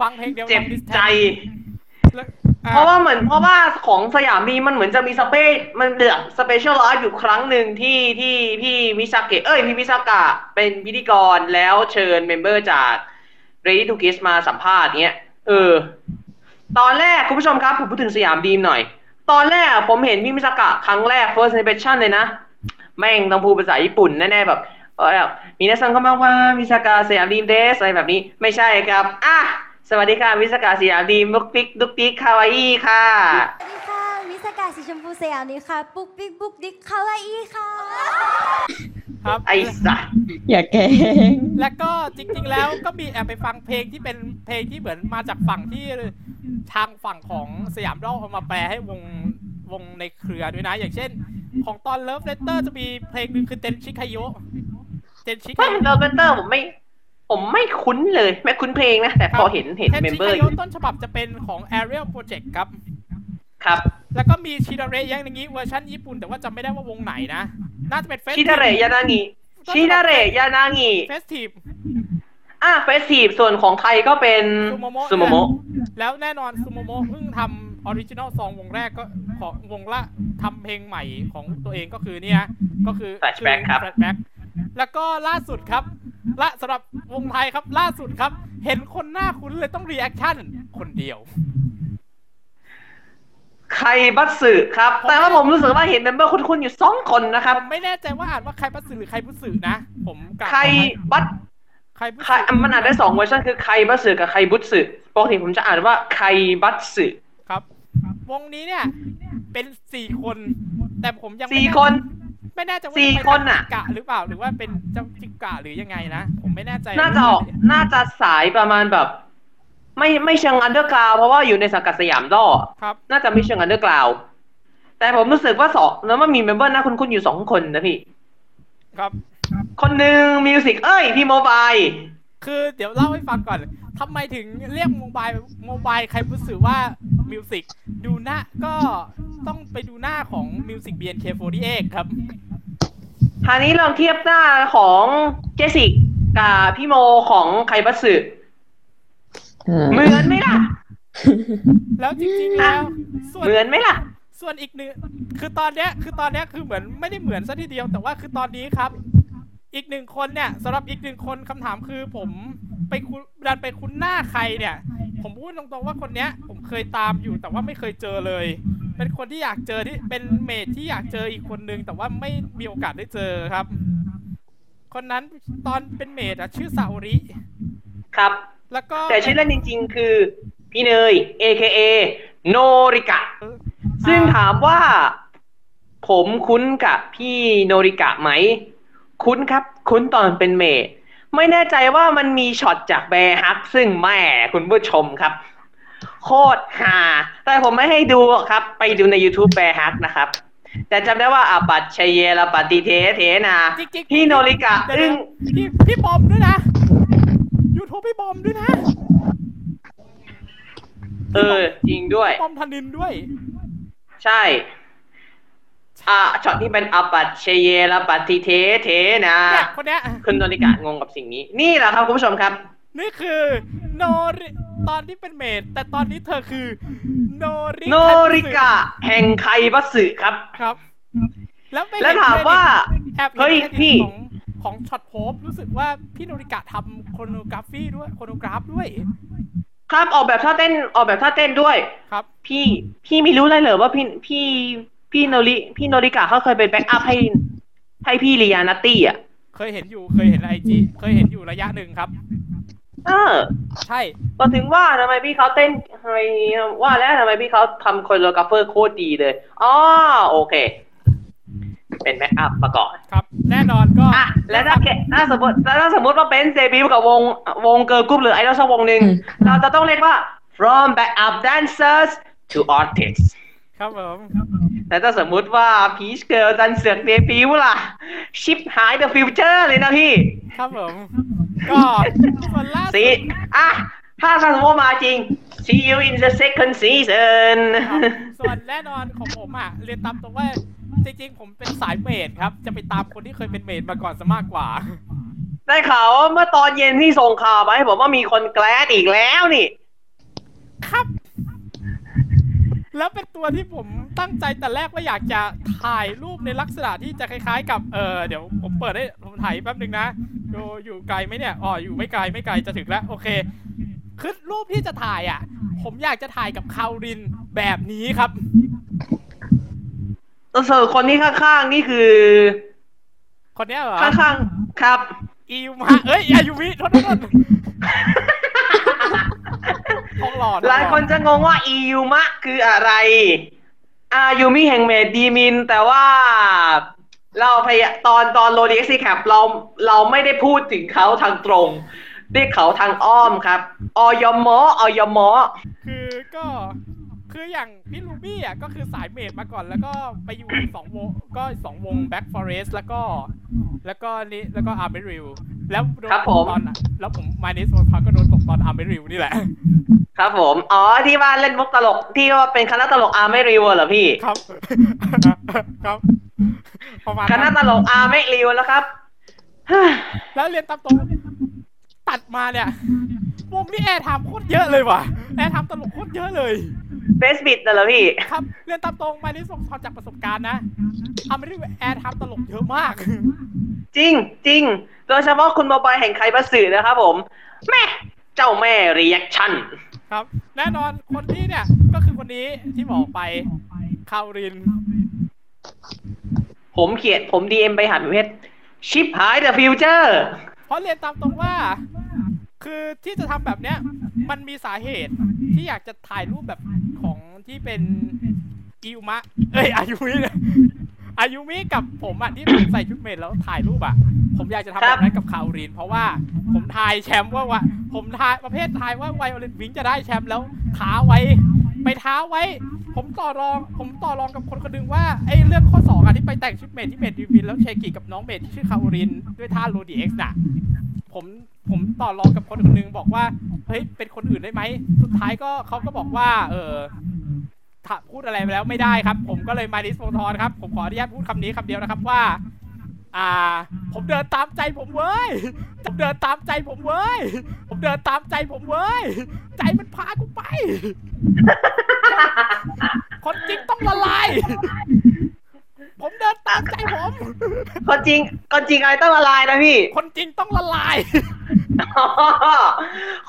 ฟังเพลงเดียว เจ็บ กับ Miss ใจ Tan แล้วอ่ เพราะว่าเหมือนเพราะว่าของสยามมีมันเหมือนจะมีสเปซมันเดือดสเปเชียลไลฟ์อยู่ครั้งหนึ่งที่ที่พี่มิซาเกะเอ้ยพี่มิซากะเป็นพิธีกรแล้วเชิญเมมเบอร์จาก Ready to Kiss มาสัมภาษณ์เนี้ยเออ ตอนแรกคุณผู้ชมครับ ผมพูดถึงสยามดีมหน่อย ตอนแรกผมเห็นพี่มิซากะครั้งแรก first impression เลยนะ แม่งต้องพูดภาษาญี่ปุ่น แน่ ๆ แบบเออแบบมีนักสังเข้ามาว่ามิซากะสยามดีมเดสอะไรแบบนี้ไม่ใช่ครับอ่ะสวัสดีค่ะมิซากะสยามดีมลุกปิกลุกปิกคาวาอี้ค่ะ สวัสดีค่ะมิสกาสีชมพูสยามนี้ค่ะ ปุ๊กปิ๊กบุ๊กดิ๊กคาวาอีค่ะ ครับ ไอ้สัส อย่าแกง แล้วก็จริงๆ แล้วก็มีแอบไปฟังเพลงที่เป็นเพลงที่เหมือนมาจากฝั่งที่ทางฝั่งของสยามดอลเอามาแปลให้วงวงในเครือด้วยนะ อย่างเช่น ของตอนเลิฟเลเตอร์จะมีเพลงหนึ่งคือเตนชิคายุเตนชิ ไม่ คายุ เดอร์เบเตอร์ผมไม่ ผมไม่คุ้นเลย ไม่คุ้นเพลงนะ แต่พอเห็นเห็น เตน เมม ชิ เบอ คา ร์อ ยุ ยู่ ต้นฉบับจะเป็นของ Ariel Project ครับ ครับ แล้วก็มีชิดาเรยังอย่างนี้เวอร์ชันญี่ปุ่น แต่ว่าจำไม่ได้ว่าวงไหนนะ น่าจะเป็นเฟส ชิดาเรยานางิชิดาเรยานางิ เฟสทีฟ อ่ะเฟสทีฟส่วนของไทยก็เป็น ซูโมโมะ ซูโมโมะ แล้วแน่นอนซูโมโมเพิ่งทำออริจินอลซองวงแรกก็ของวงละทำเพลงใหม่ของตัวเองก็คือเนี่ย ก็คือ แฟลชแบ็กครับ แฟลชแบ็กแล้วก็ล่าสุดครับละสำหรับวงไทยครับล่าสุดครับ เห็นคนหน้าคุ้นเลยต้องรีแอคชั่นคนเดียว ไคบัตสึครับ แต่ว่าผมรู้สึกว่าเห็นเมมเบอร์คุ้นๆอยู่สองคนนะค ผ รับ มไม่แน่ใจว่าอ่านว่าใครพัสือหรือใครพุสือนะ ผมกลับ ไคบัต ใครพุ ไค สือ มันอ่านได้สองเวอร์ชันคือไคบัตสึกับไคบุตสึปกติผมจะอ่านว่าไคบัตสึ ครับ วงนี้เนี่ย เป็นสี่คน แต่ผมยังไม่ สี่ แใจ คน ไม่แน่ใจว่า สี่ เป็ คนน่ะ จิกะหรือเปล่าหรือว่าเป็นเจ้าจิกะหรือยังไงนะผมไม่แน่ใจ น่าจะออกน่าจะสายประมาณแบบ ไม่ไม่เชิงอันเดอร์กราวเพราะว่าอยู่ในสังกัดสยามล่อ ครับ น่าจะไม่เชิงอันเดอร์กราวแต่ผมรู้สึกว่าสองแล้วมันมีเมมเบอร์หน้าคุ้นๆอยู่สองคนนะพี่ ครับ คนหนึ่งมิวสิกเอ้ย พี่โมบาย คือเดี๋ยวเล่าให้ฟังก่อนทำไมถึงเรียกโมบายโมบายใครรู้สึกว่ามิวสิกดูหน้าก็ต้องไปดูหน้าของมิวสิก BNK48 ครับ คราวนี้ลองเทียบหน้าของเจสิกกับพี่โมของไคบัตสึเหมือนไหมล่ะ แล้วจริงๆแล้วส่วน เหมือนไหมล่ะ ส่วนอีกหนึ่งคือตอนเนี้ยคือตอนเนี้ยคือเหมือนไม่ได้เหมือนซะทีเดียวแต่ว่าคือตอนนี้ครับ อีกหนึ่งคนเนี่ยสำหรับอีกหนึ่งคนคำถามคือผมไปคุ้นดันไปคุ้นหน้าใครเนี่ย ผมพูดตรงๆว่าคนเนี้ย ผมเคยตามอยู่แต่ว่าไม่เคยเจอเลย เป็นคนที่อยากเจอที่เป็นเมทที่อยากเจออีกคนนึงแต่ว่าไม่มีโอกาสได้เจอครับ คนนั้นตอนเป็นเมทอะชื่อซาโอริ ครับ แล้วก็ แต่ชื่อเล่นจริงๆ คือพี่เนย AKA โนริกะ ซึ่งถามว่า ผมคุ้นกับพี่โนริกะไหม คุ้นครับ คุ้นตอนเป็นเมดไม่แน่ใจว่ามันมีช็อตจากแบร์ฮัก ซึ่งแม่คุณผู้ชมครับ โคตรหา แต่ผมไม่ให้ดูหรอกครับ ไปดูใน YouTube แบร์ฮักนะครับ แต่จำได้ว่าอาปัตชัยเยลปฏิเทเทนา จริงๆ พี่โนริกะ เดี๋ยวๆ อึ้ง พี่พี่บอมด้วยนะยูทูบพี่บอมด้วยนะ เออ จริงด้วย ปอมธนินด้วย ใช่ อ่าช็อตที่เป็นอปัตเชเยลปัตติเทเทนะ เนี่ยคนเนี้ย คุณโนริกะงงกับสิ่งนี้ นี่แหละครับคุณผู้ชมครับ นี่คือโนริตอนที่เป็นเมดแต่ตอนนี้เธอคือ โนริ โนริกะ แห่งไคบัตสึครับ ครับ แล้วไปเห็น แล้วถามว่า แอบห็น เฮ้ย ครดิต พี่ ของของช็อตโพบรู้สึกว่าพี่โนริกะทำโคโนกราฟีด้วยโคโนกราฟด้วย ครับออกแบบท่าเต้นออกแบบท่าเต้นด้วย ครับ พี่พี่ไม่รู้เลยเหรอว่าพี่พี่พี่โนริพี่โนริกะเขาเคยเป็นแบ็กอัพให้ให้พี่ลียานาตี้อ่ะ เคยเห็นอยู่เคยเห็นไอจีเคยเห็นอยู่ระยะหนึ่งครับ เออ ใช่ ก็ถึงว่าทำไมพี่เขาเต้นทำไมว่าแล้วทำไมพี่เขาทำคนโลกราฟเฟอร์โคตรดีเลยอ๋อโอเค เป็นแบ็กอัพมาก่อน ครับ แน่นอนก็ อ่ะแล้วถ้าเกถ้าสมมติถ้าสมมติว่าเป็นเดบิวต์กับวงวงเกิร์ลกรุ๊ปหรือไอดอลสักวงหนึ่ง อืม เราจะต้องเรียกว่า from back up dancers to artists ครับผม แต่ถ้าสมมุติว่า Peach Girl ดันเสือกเดบิวต์ล่ะ ชิปหาย the future เลยนะพี่ ครับผม ก็ส่วนล่าสุ สิ ด อ่ะ ถ้าสมมติว่ามาจริง see you in the second season ครับส่วนแน่นอนของผมอ่ะ เรียนตามตรงว่า จริงๆ ผมเป็นสายเมดครับ จะไปตามคนที่เคยเป็นเมดมาก่อนซะมากกว่า ได้ข่าวว่าเมื่อตอนเย็นที่ส่งข่าวมาให้ผมว่ามีคนแกล้อีกแล้วนี่ ครับ แล้วเป็นตัวที่ผมตั้งใจแต่แรกว่าอยากจะถ่ายรูปในลักษณะที่จะคล้ายๆ กับเออเดี๋ยวผมเปิดให้ผมถ่ายแป๊บนึงนะดูอยู่ไกลไหมเนี่ยอ๋ออยู่ไม่ไกลไม่ไกลจะถึงแล้ว โอเคคือรูปที่จะถ่ายอ่ะ ผมอยากจะถ่ายกับคารินแบบนี้ครับ เออคนที่ข้างๆนี่คือ คนเนี้ยเหรอ ข้างๆครับ อิวมาเอ้ยอายุวิโทษโทษ โทษทองหล่อทอง ห ล่อ ลายคนจะงงว่าอียูมะคืออะไร อายูมิแห่งเมดดีมิน แต่ว่าเราพยายามตอนตอนโรดีเอ็กซี่แคปเราเราไม่ได้พูดถึงเขาทางตรง เรียกเขาทางอ้อมครับ ออยมออยมอ คือก็คืออย่างพี่ลูบี้อ่ะก็คือสายเมดมาก่อนแล้วก็ไปอยู่ สองวงก็สองวงแบ็ k ฟอเรสแล้วก็ แล้วก็นี่แล้วก็อาร์เมริลแล้วโดน ครับ ต ผ ก ม ตอนน่ะแล้วผมมานิสโนพักก็โดนตกตอนอาร์เมริลนี่แหละ ครับผม อ๋อ ที่ว่าเล่นมุกตลก ที่ว่าเป็นคณะตลกอาร์ไม่ริวเหรอพี่ ครับ ครับประมาณ คณะ นั้น ตลกอาร์ไม่ริวแล้วครับ แล้วเรียนตามตรงตัดมาเนี่ยวงนี้แอร์ไทำโคตรเยอะเลยว่ะแอร์ไทำตลกโคตรเยอะเลย เบสบิดเหรอพี่ ครับเรียนตามตรงมานิสโนพักจากประสบการณ์นะอาร์เมริลแอร์ไทำตลกเยอะมาก จริงจริงโดยเฉพาะคุณโมบายแห่งใครประสื่อนะครับผม แม่ เจ้าแม่รีแอคชั่น ครับแน่นอนคนที่เนี่ยก็คือคนนี้ที่บอกไปคาริน ผมเขียนผมดีเอ็มไปหาพี่เพชรชิปหายเดอะฟิวเจอร์ เพราะเรียนตามตรงว่า คือที่จะทำแบบเนี้ย มันมีสาเหตุที่อยากจะถ่ายรูปแบบของที่เป็นอิวมะ เอ้ยอายุวิ อายุมิกับผมอ่ะที่ผมใส่ชุดเมดแล้วถ่ายรูปอ่ะ ผมอยากจะทำ ครั แบบ บนั้นกับคาโอริน เพราะว่าผมทายแชมป์ว่าว่าผมทายประเภททายว่าไวโอลินวิงจะได้แชมป์แล้วท้าไว้ ไปท้าไว้ ผมต่อรอง ผมต่อรองกับคนคนหนึงว่าไอ้เรื่องข้อสองอ่ะที่ไปแต่งชุดเมดที่เมดยูวินแล้วเชกิกับน้องเมดที่ชื่อคาโอรินด้วยท่าโรดีเอ็กซ์น่ะ ผมผมต่อรองกับคนคนหนึงบอกว่าเฮ้ยเป็นคนอื่นได้ไหมสุดท้ายก็เขาก็บอกว่า เออ ถ้าพูดอะไรไปแล้วไม่ได้ครับ ผมก็เลยมาดิสโมทอนครับ ผมขออนุญาตพูดคำนี้คำเดียวนะครับว่า อ่า ผมเดินตามใจผมเว้ยผมเดินตามใจผมเว้ยผมเดินตามใจผมเว้ยใจมันพากูไป คนจริงต้องละลาย ผมเดินตามใจผม คนจริงคนจริงอะไรต้องละลายนะพี่ คนจริงต้องละลาย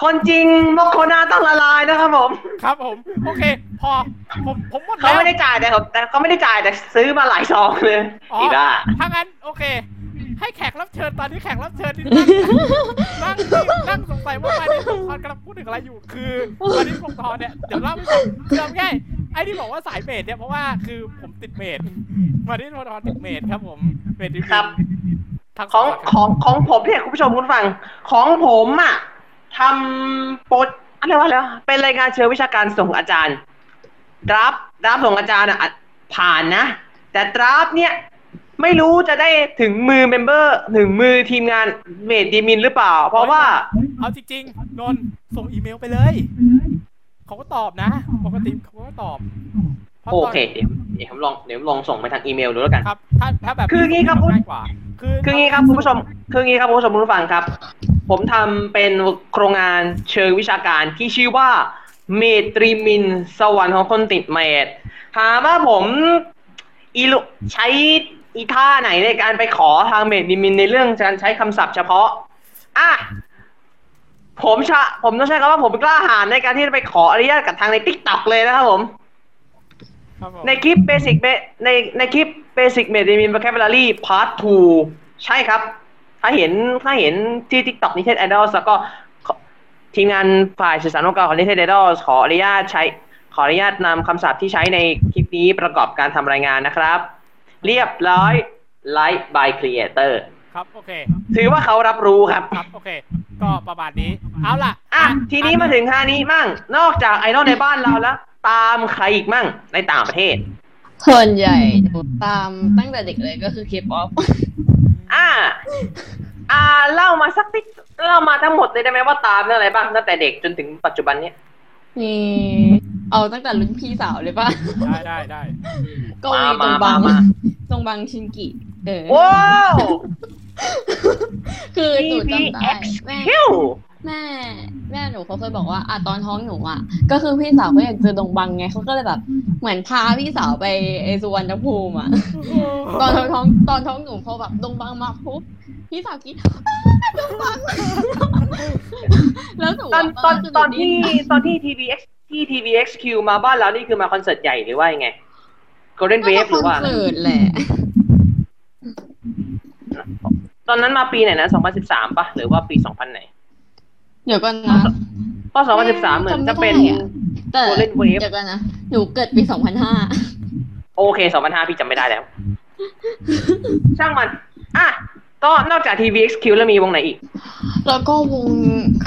คนจริงมกโคนาต้องละลายนะครับผม ครับผม โอเค พอผมผมหมด เขา แล้ว ไม่ได้จ่ายแต่ผมแต่เขาไม่ได้จ่ายแต่ซื้อมาหลายซองเลย อ๋อ อี อี ด้า ถ้างั้นโอเค ให้แขกรับเชิญตอนนี้แขกรับเชิญที่นั่ง นั่งนั่งสงสัยว่าไอ้ที่พงทอนกำลังพูดถึงอะไรอยู่ คือตอนนี้พงทอนเนี่ยเดี๋ยวเล่าให้ฟังคือเอาง่ายไอ้ที่บอกว่าสายเมดเนี่ยเพราะว่าคือผมติดเมดมาที่พงทอนติดเมดครับผมเมดดิ ครับ ทาง ของ สปอร์ตครับ ของของผมเนี่ยคุณผู้ชมคุณผู้ฟัง ของผมอ่ะทำโปรอะไรวะแล้ว เป็นรายงานเชิงวิชาการส่งอาจารย์ รับรับส่งอาจารย์อ่ะอ่ะผ่านนะ แต่รับเนี่ยไม่รู้จะได้ถึงมือเมมเบอร์ถึงมือทีมงานเมดดีมินหรือเปล่า เพราะว่า เอาจริงๆนนท์ส่งอีเมลไปเลย เขาก็ตอบนะ ปกติเขาก็ตอบพราะ โอ ตน เคเดี๋ยวเดี๋ยวผมลองเดี๋ยวผมลองส่งไปทางอีเมลดูแล้วกัน ครับ ถ้าถ้าแบบ คืองี้ครับคุณ ง่ายกว่า คือ คืองี้ครับคุณผู้ชมคืองี้ครับคุณผู้ชมคุณผู้ฟังครับ ผมทำเป็นโครงงานเชิงวิชาการที่ชื่อว่า เมตรีมิน สวรรค์ของคนติดเมตถามว่าผมอีลุใช้อีท่าไหนในการไปขอทางเมตรีมินในเรื่องการใช้คำศัพท์เฉพาะ อ่ะ ผมชะผมต้องใช้คำว่าผมกล้าหาญในการที่จะไปขออนุญาตกับทางในติ๊กต็อกเลยนะครับผม ครับผม ในคลิปเบสิกเบในในคลิปเบสิกเมดิมิน v ค c a บ u ลารีพาร์ท2ใช่ครับ ถ้าเห็นถ้าเห็นที่ TikTok นิเทศไอดอลแล้วก็ขอทีมงานฝ่ายสื่อสารองค์กรของนิเทศไอดอลขออนุญาตใช้ขออนุญาตนำคำศัพท์ที่ใช้ในคลิปนี้ประกอบการทำรายงานนะครับ เรียบร้อยไลฟ์บายครีเอเตอร์ ครับ โอเค ถือว่าเขารับรู้ครับ ครับ โอเค ก็ประมาณนี้ เอาล่ะ อ่ะ ทีนี้มาถึงฮานี้มั่ง นอกจากไอดอลในบ้านเราแล้ว ตามใครอีกมั่งในต่างประเทศ ส่วนใหญ่หนูตามตั้งแต่เด็กเลยก็คือเคป๊อป อ่า อ่า เล่ามาสักนิดเล่ามาทั้งหมดเลยได้ไหมว่าตามเรื่องอะไรบ้างตั้งแต่เด็กจนถึงปัจจุบันเนี้ย นี่ เอาตั้งแต่รุ่นพี่สาว เลยปะ ได้ได้ได้ ก็มีต มา รง มา บาง มา ตรงบางชินกิ เออ ว้าว คือหนู พี จำได้ เอ็ก แม่ คิว แม่ แม่หนูเขาเคยบอกว่าอะตอนท้องหนูอะก็คือพี่สาวเขาอยากเจอดงบังไงเขาก็เลยแบบ เหมือนพาพี่สาวไปไอสุวรรณภูมิอะตอนท้องตอนท้องหนูพอแบบดงบังมาปุ๊บพี่สาวกิน ดงบัง แล้วหนู ตอ อะ นตอน คืห ตอน ดิ้ ที่ตอนที่ทีวีเอ็กที่ทีวีเอ็กคิวมาบ้านเรานี่คือมาคอนเสิร์ตใหญ่หรือว่ายังไงโกลเด้นเว น่าฟจะหรือว่า คอนเสิร์ตแหละ ตอนนั้นมาปีไหนนะ 2013ปะหรือว่าปี 2000ไหน เดี๋ยวก่อนนะ เพราะ2013 เหมือนจะเป็น จำไได้อแต่ โกลเด้นเวฟ เดี๋ยวก่อนนะ หนูเกิดปีสองพันห้า โอเค2005พี่จำไม่ได้ แล้ว ช่างมัน อ่ะก็นอกจาก TVXQ แล้วมีวงไหนอีก แล้วก็วง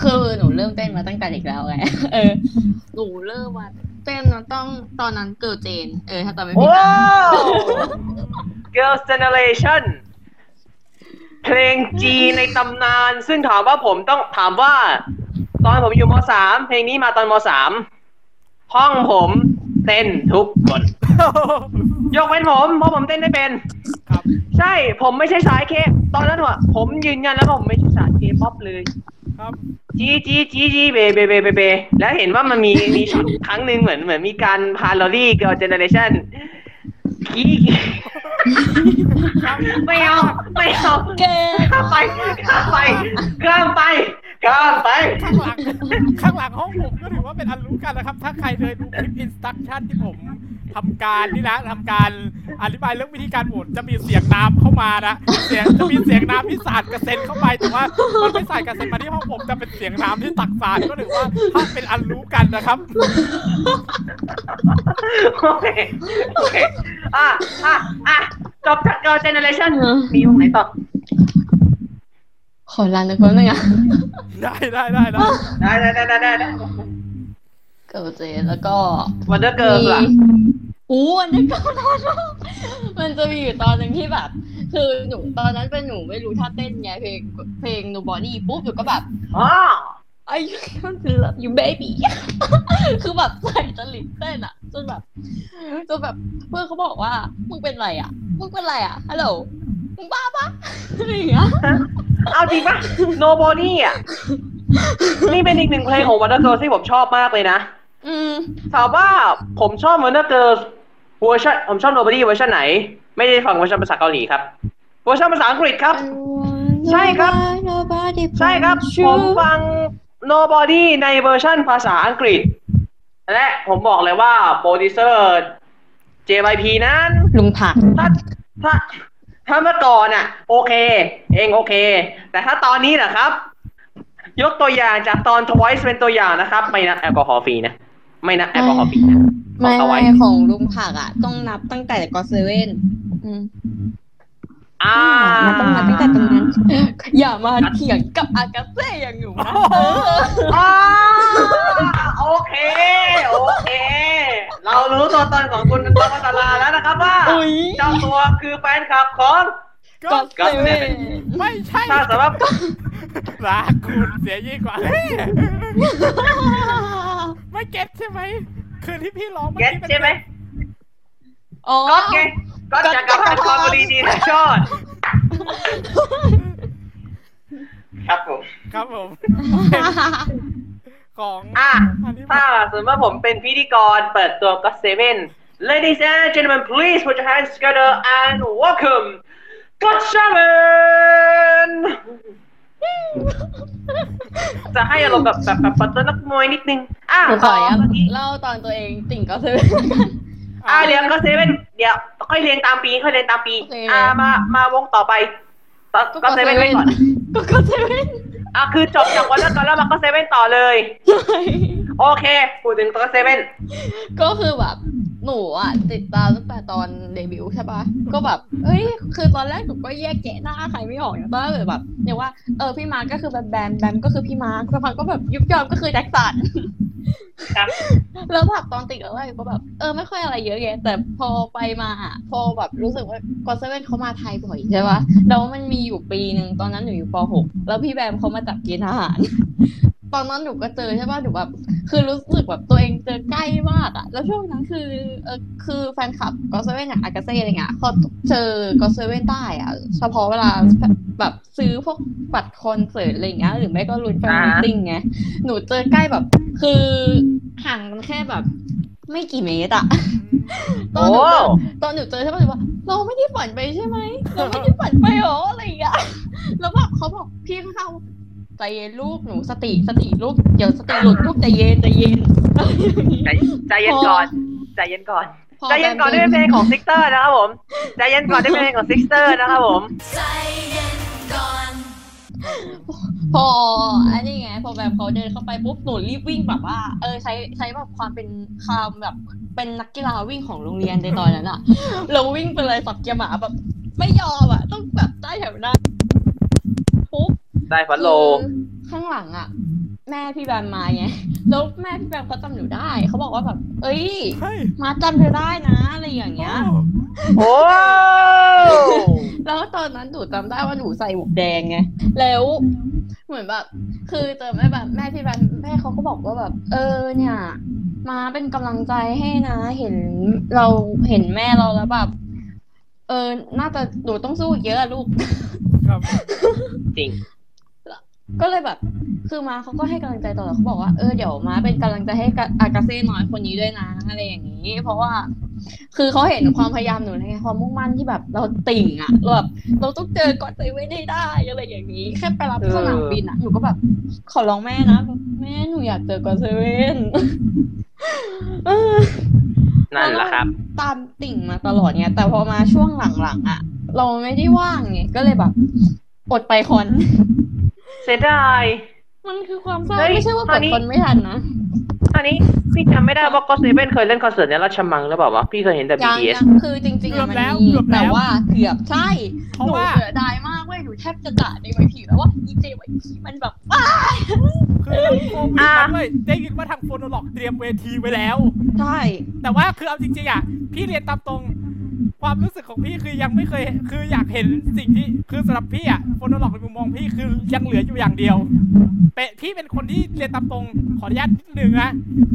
คือหนูเริ่มเต้นมาตั้งแต่เด็กแล้วไง เออ หนูเริ่มมาเต้นนะต้องตอนนั้นเกิดเจน เออ ถ้าตอนไม่ผิด โอ้ นะ Girls Generation เพลงจีในตำนาน ซึ่งถามว่าผมต้องถามว่า ตอนผมอยู่มสามเพลงนี้มาตอนมสามห้องผมเต้นทุกคน ยกเว้นผมเพราะผมเต้นได้เป็น ครับ ใช่ผมไม่ใช่สายเคปตอนนั้นว่ะผมยืนยันแล้วว่าผมไม่ใช่สายเคป๊อปเลย ครับ จีจีจีจีเบเบเบเบเบแล้วเห็นว่ามันมี มีช็อตครั้งหนึ่งเหมือนเหมือนมีการพาลอรี่เกิร์ลเจเนเรชั่นขี้ ครับ ไม่เอาไม่เอา เกิด ข้ามไปข้ามไปข้ามไปข้ามไป ข้างหลัง ข้างหลังห้องผมก็ถือว่าเป็นอันรู้กันนะครับ ถ้าใครเคยดูคลิปอินสตั t ชั่นที่ผมทำการนี่นะทำการอธิบายเรื่องวิธีการโหวตจะมีเสียงน้ำเข้ามานะเสียงจะมีเสียงน้ำที่สาดกระเซ็นเข้าไปแต่ว่ามันไม่สาดกระเซ็นมาที่ห้องผมแต่เป็นเสียงน้ำที่ตักสาดก็ถือว่าถ้าเป็นอันรู้กันนะครับ โอเคโอเคอ่ะอ่ะอ่ะ จบจาก Girl Generation มีวงไหนต่อ ขอลาเลยเพราะนึงอะ ได้ได้ได้ได้ ได้ได้ได้ได้ได้ เกิร์เจแล้วก็ วันเดอร์เกิร์ลล่ะ มีอู้อันนี้ก็นอนมากมันจะมีอยู่ตอนหนึ่งที่แบบ คือหนูตอนนั้นเป็นหนูไม่รู้ท่าเต้นไงเพลงเพลง n o b o d y ปุ๊บหนูก็แบบ อ๋อ I love you baby คือแบบใส่จริตเต้นอะจนแบบจนแบบเพื่อนเขาบอกว่า มึงเป็นไรอะมึงเป็นไรอะฮัลโหลมึงบ้าปะ อะไรอย่างเงี้ย เอาจริงปะ Nobody อ่ะ นี่เป็นอีกหนึ่งเพลงของ Wonder Girls ที่ผมชอบมากเลยนะ อืม ถามว่าผมชอบ Wonder Girls เวอร์ชันผมชอบ Nobody เวอร์ชันไหน ไม่ได้ฟังเวอร์ชันภาษาเกาหลีครับ เวอร์ชันภาษาอังกฤษครับ ใช่ครับ ใช่ครับ ผมฟัง Nobody ในเวอร์ชันภาษาอังกฤษ และผมบอกเลยว่าโปรดิวเซอร์ JYP นั้น ลุงผัก ถ้าถ้าถ้าเมื่อก่อนอ่ะ โอเค เองโอเค แต่ถ้าตอนนี้นะครับ ยกตัวอย่างจากตอน Twice เป็นตัวอย่างนะครับ ไม่นับแอลกอฮอล์ฟรีนะ ไม่นับแอลกอฮอล์ฟรีนะ ขอ ไม่ ง Twice ไม่ของลุงผักอ่ะ ต้องนับตั้งแต่ก็เซเว่นอืม อ่า มันต้องนับตั้งแต่ตรงนั้น อย่ามาเถียงกับอากาเซ่อย่างหนูนะเออ อ่าโอเค โอเค เรารู้ตัวตนของคุณตัวพัตลาแล้วนะครับว่า อุ้ย เจ้าตัวคือแฟนคลับของ ก็ ก็ เซเว่น Seven ไม่ใช่ ถ้าสำหรับ รักคุณเสียยิ่งกว่าเฮ้ยไม่เก็ตใช่ไหมคืนที่พี่ร้องเมื่อ เก็ต กี้เป็น ใช่ไหม อ๋อ ก็เก็ตก็จะกับการคอมบรีดีนะชอดครับผม ครับ ผม ของ อ่ะ อันนี้ ถ้าสมมติว่าผมเป็นพิธีกรเปิดตัวก็เซเว่น Ladies and gentlemen please put your hands together and welcome ก็เซเว่น จะให้อารมณ์แบบแบบแบบเปิดตัวนักมวยนิดนึง อ่ะ หนูขอ ต่ ยั อเมื่อกี้ เล่าตอนตัวเองติ่งก็เซเว่น อ่ะเดี๋ยวก็เซเว่นเดี๋ยวค่อยเรียงตามปีค่อยเรียงตามปี โอเค อ่ะมามาวงต่อไปก็เซเว่นไว้ก่อน ก็ก็เซเว่น อ่ะคือจบจากวันแรกก่อนแล้วมาก็เซเว่นต่อเลย โอเคพูดถึงก็เซเว่น ก็คือแบบ หนูอ่ะ ติดตามตั้งแต่ตอนเดบิวต์ใช่ปะก็แบบเอ้ย คือตอนแรกหนูก็แยกแยะหน้าใครไม่ออกอย่างตอนแรกแบบเนี่ยว่าเออพี่มาร์คก็คือแบมแบมแบมก็คือพี่มาร์คสักพักก็แบบยุบยอมก็คือแจ็คสัน ครับ แล้วแบบตอนติดแล้วอะไรก็แบบเออไม่ค่อยอะไรเยอะแยะแต่พอไปมาอะพอแบบรู้สึกว่ากอเซเว่นเขามาไทยบ่อยใช่ปะแล้วมันมีอยู่ปีหนึ่งตอนนั้นหนูอยู่ป .6 แล้วพี่แบมเขามาจับกินอาหาร ตอนนั้นหนูก็เจอใช่ป่ะหนูแบบคือรู้สึกแบบตัวเองเจอใกล้มากอะแล้วช่วงนั้นคือเออคือแฟนคลับก็เซเว่นอย่างอากาเซ่อะไรเงี้ยเขาเจอก็เซเว่นได้อะเฉพาะเวลาแบบซื้อพวกบัตรคอนเสิร์ตอะไรเงี้ยหรือไม่ก็ลุ้นแฟนมิตติ้งไงหนูเจอใกล้แบบ คือห่างกันแค่แบบ ไม่กี่เมตรอะตอนหนูเจอ ตอนหนูเจอใช่ป่ะหนูว่าเราไม่ได้ฝันไปใช่ไหมเราไม่ได้ฝันไปหรออะไรอย่างเงี้ยแล้วแบบเขาบอกพี่เขาๆใจเย็นลูกหนูสติสติลูกเดี๋ยวสติหลุดลูกใจเย็นใจเย็น ใจใจเย็นก่อนใจเย็นก่อน พอ ใจเย็นก่อนด้วยเพลงของซิกเตอร์นะครับผมใจเย็นก่อนด้วยเพลงของซิกเตอร์นะครับผม ใจเย็นก่อน พออันนี้ไงพอแบบเขาเดินเข้าไปปุ๊บหนูรีบวิ่งแบบว่า เออใช้ใช้แบบความเป็นความแบบเป็นนักกีฬาวิ่งของโรงเรียนในตอนนั้นอะ เราวิ่งไปเลยสับเกียร์หมาแบบ ไม่ยอมอะต้องแบบได้แถวหน้าปุ๊บ ได้ฟันโล คือข้างหลังอะแม่พี่แบมมาไงแล้วแม่พี่แบมเขาจำหนูได้เขาบอกว่าแบบ เอ้ย เฮ้ย มาจำเธอได้นะอะไรอย่างเงี้ย โอ้ โอ้ แล้วตอนนั้นหนูจำได้ว่าหนูใส่หมวกแดงไง แล้ว เหมือนแบบ คือเจอแม่แบบแม่พี่แบมแม่เขาก็บอกว่าแบบ เออเนี่ย มาเป็นกำลังใจให้นะ เห็นเราเห็นแม่เราแล้วแบบ เออ น่าจะหนูต้องสู้อีกเยอะอะลูก ครับ จริง ก็เลยแบบ คือมาเขาก็ให้กำลังใจตลอดเขาบอกว่า เออ เดี๋ยวมาเป็นกำลังใจให้กับอากาเซ่น้อยคนนี้ด้วยนะอะไรอย่างนี้ เพราะว่า คือเขาเห็นความพยายามหนูในความมุ่งมั่นที่แบบเราติ่งอะเราแบบเราต้องเจอก่อนใจไว้ได้ได้อะไรอย่างนี้ แค่ไปรับ เออ สนามบินอะหนูก็แบบ ขอร้องแม่นะ แม่หนูอยากเจอก่อนเซเว่นเออ นั่นแหละครับ ตามติ่งมาตลอดไงแต่พอมาช่วงหลังๆอะเราไม่ได้ว่างไงก็เลยแบบอดไปคอน เสียดาย มันคือความเศร้า เฮ้ย ไม่ใช่ว่า ต ก อน ด นี้ คนไม่ทันนะ อันนี้พี่จำไม่ได้ว่าก็เซเว่นเคยเล่นคอนเสิร์ตในราชมังหรือเปล่าวะพี่เคยเห็นแต่ ยัง BTS ยังคือจริงๆอะมันมี เกือบแล้วเกือบแล้ว แต่ว่าเกือบใช่ เพ ห ราะ นู ว่า เสียดายมากเว้ยหนูแทบจะด่าในมือถือแล้วว่าอีเจวันนี้มันแบบอ้า คือทางโควิดมันเลยได้ยินว่าทางโฟนล็อกเตรียมเวทีไว้แล้ว ใช่ แต่ว่าคือเอาจริงๆอ่ะ พี่เรียนตามตรง ความรู้สึกของพี่คือยังไม่เคย คืออยากเห็นสิ่งที่คือสำหรับพี่อ่ะโฟนล็อกในมุมมองพี่คือยังเหลืออยู่อย่างเดียวเปะพี่เป็นคนที่เรียนตามตรง ขออนุญาตนิดนึงนะ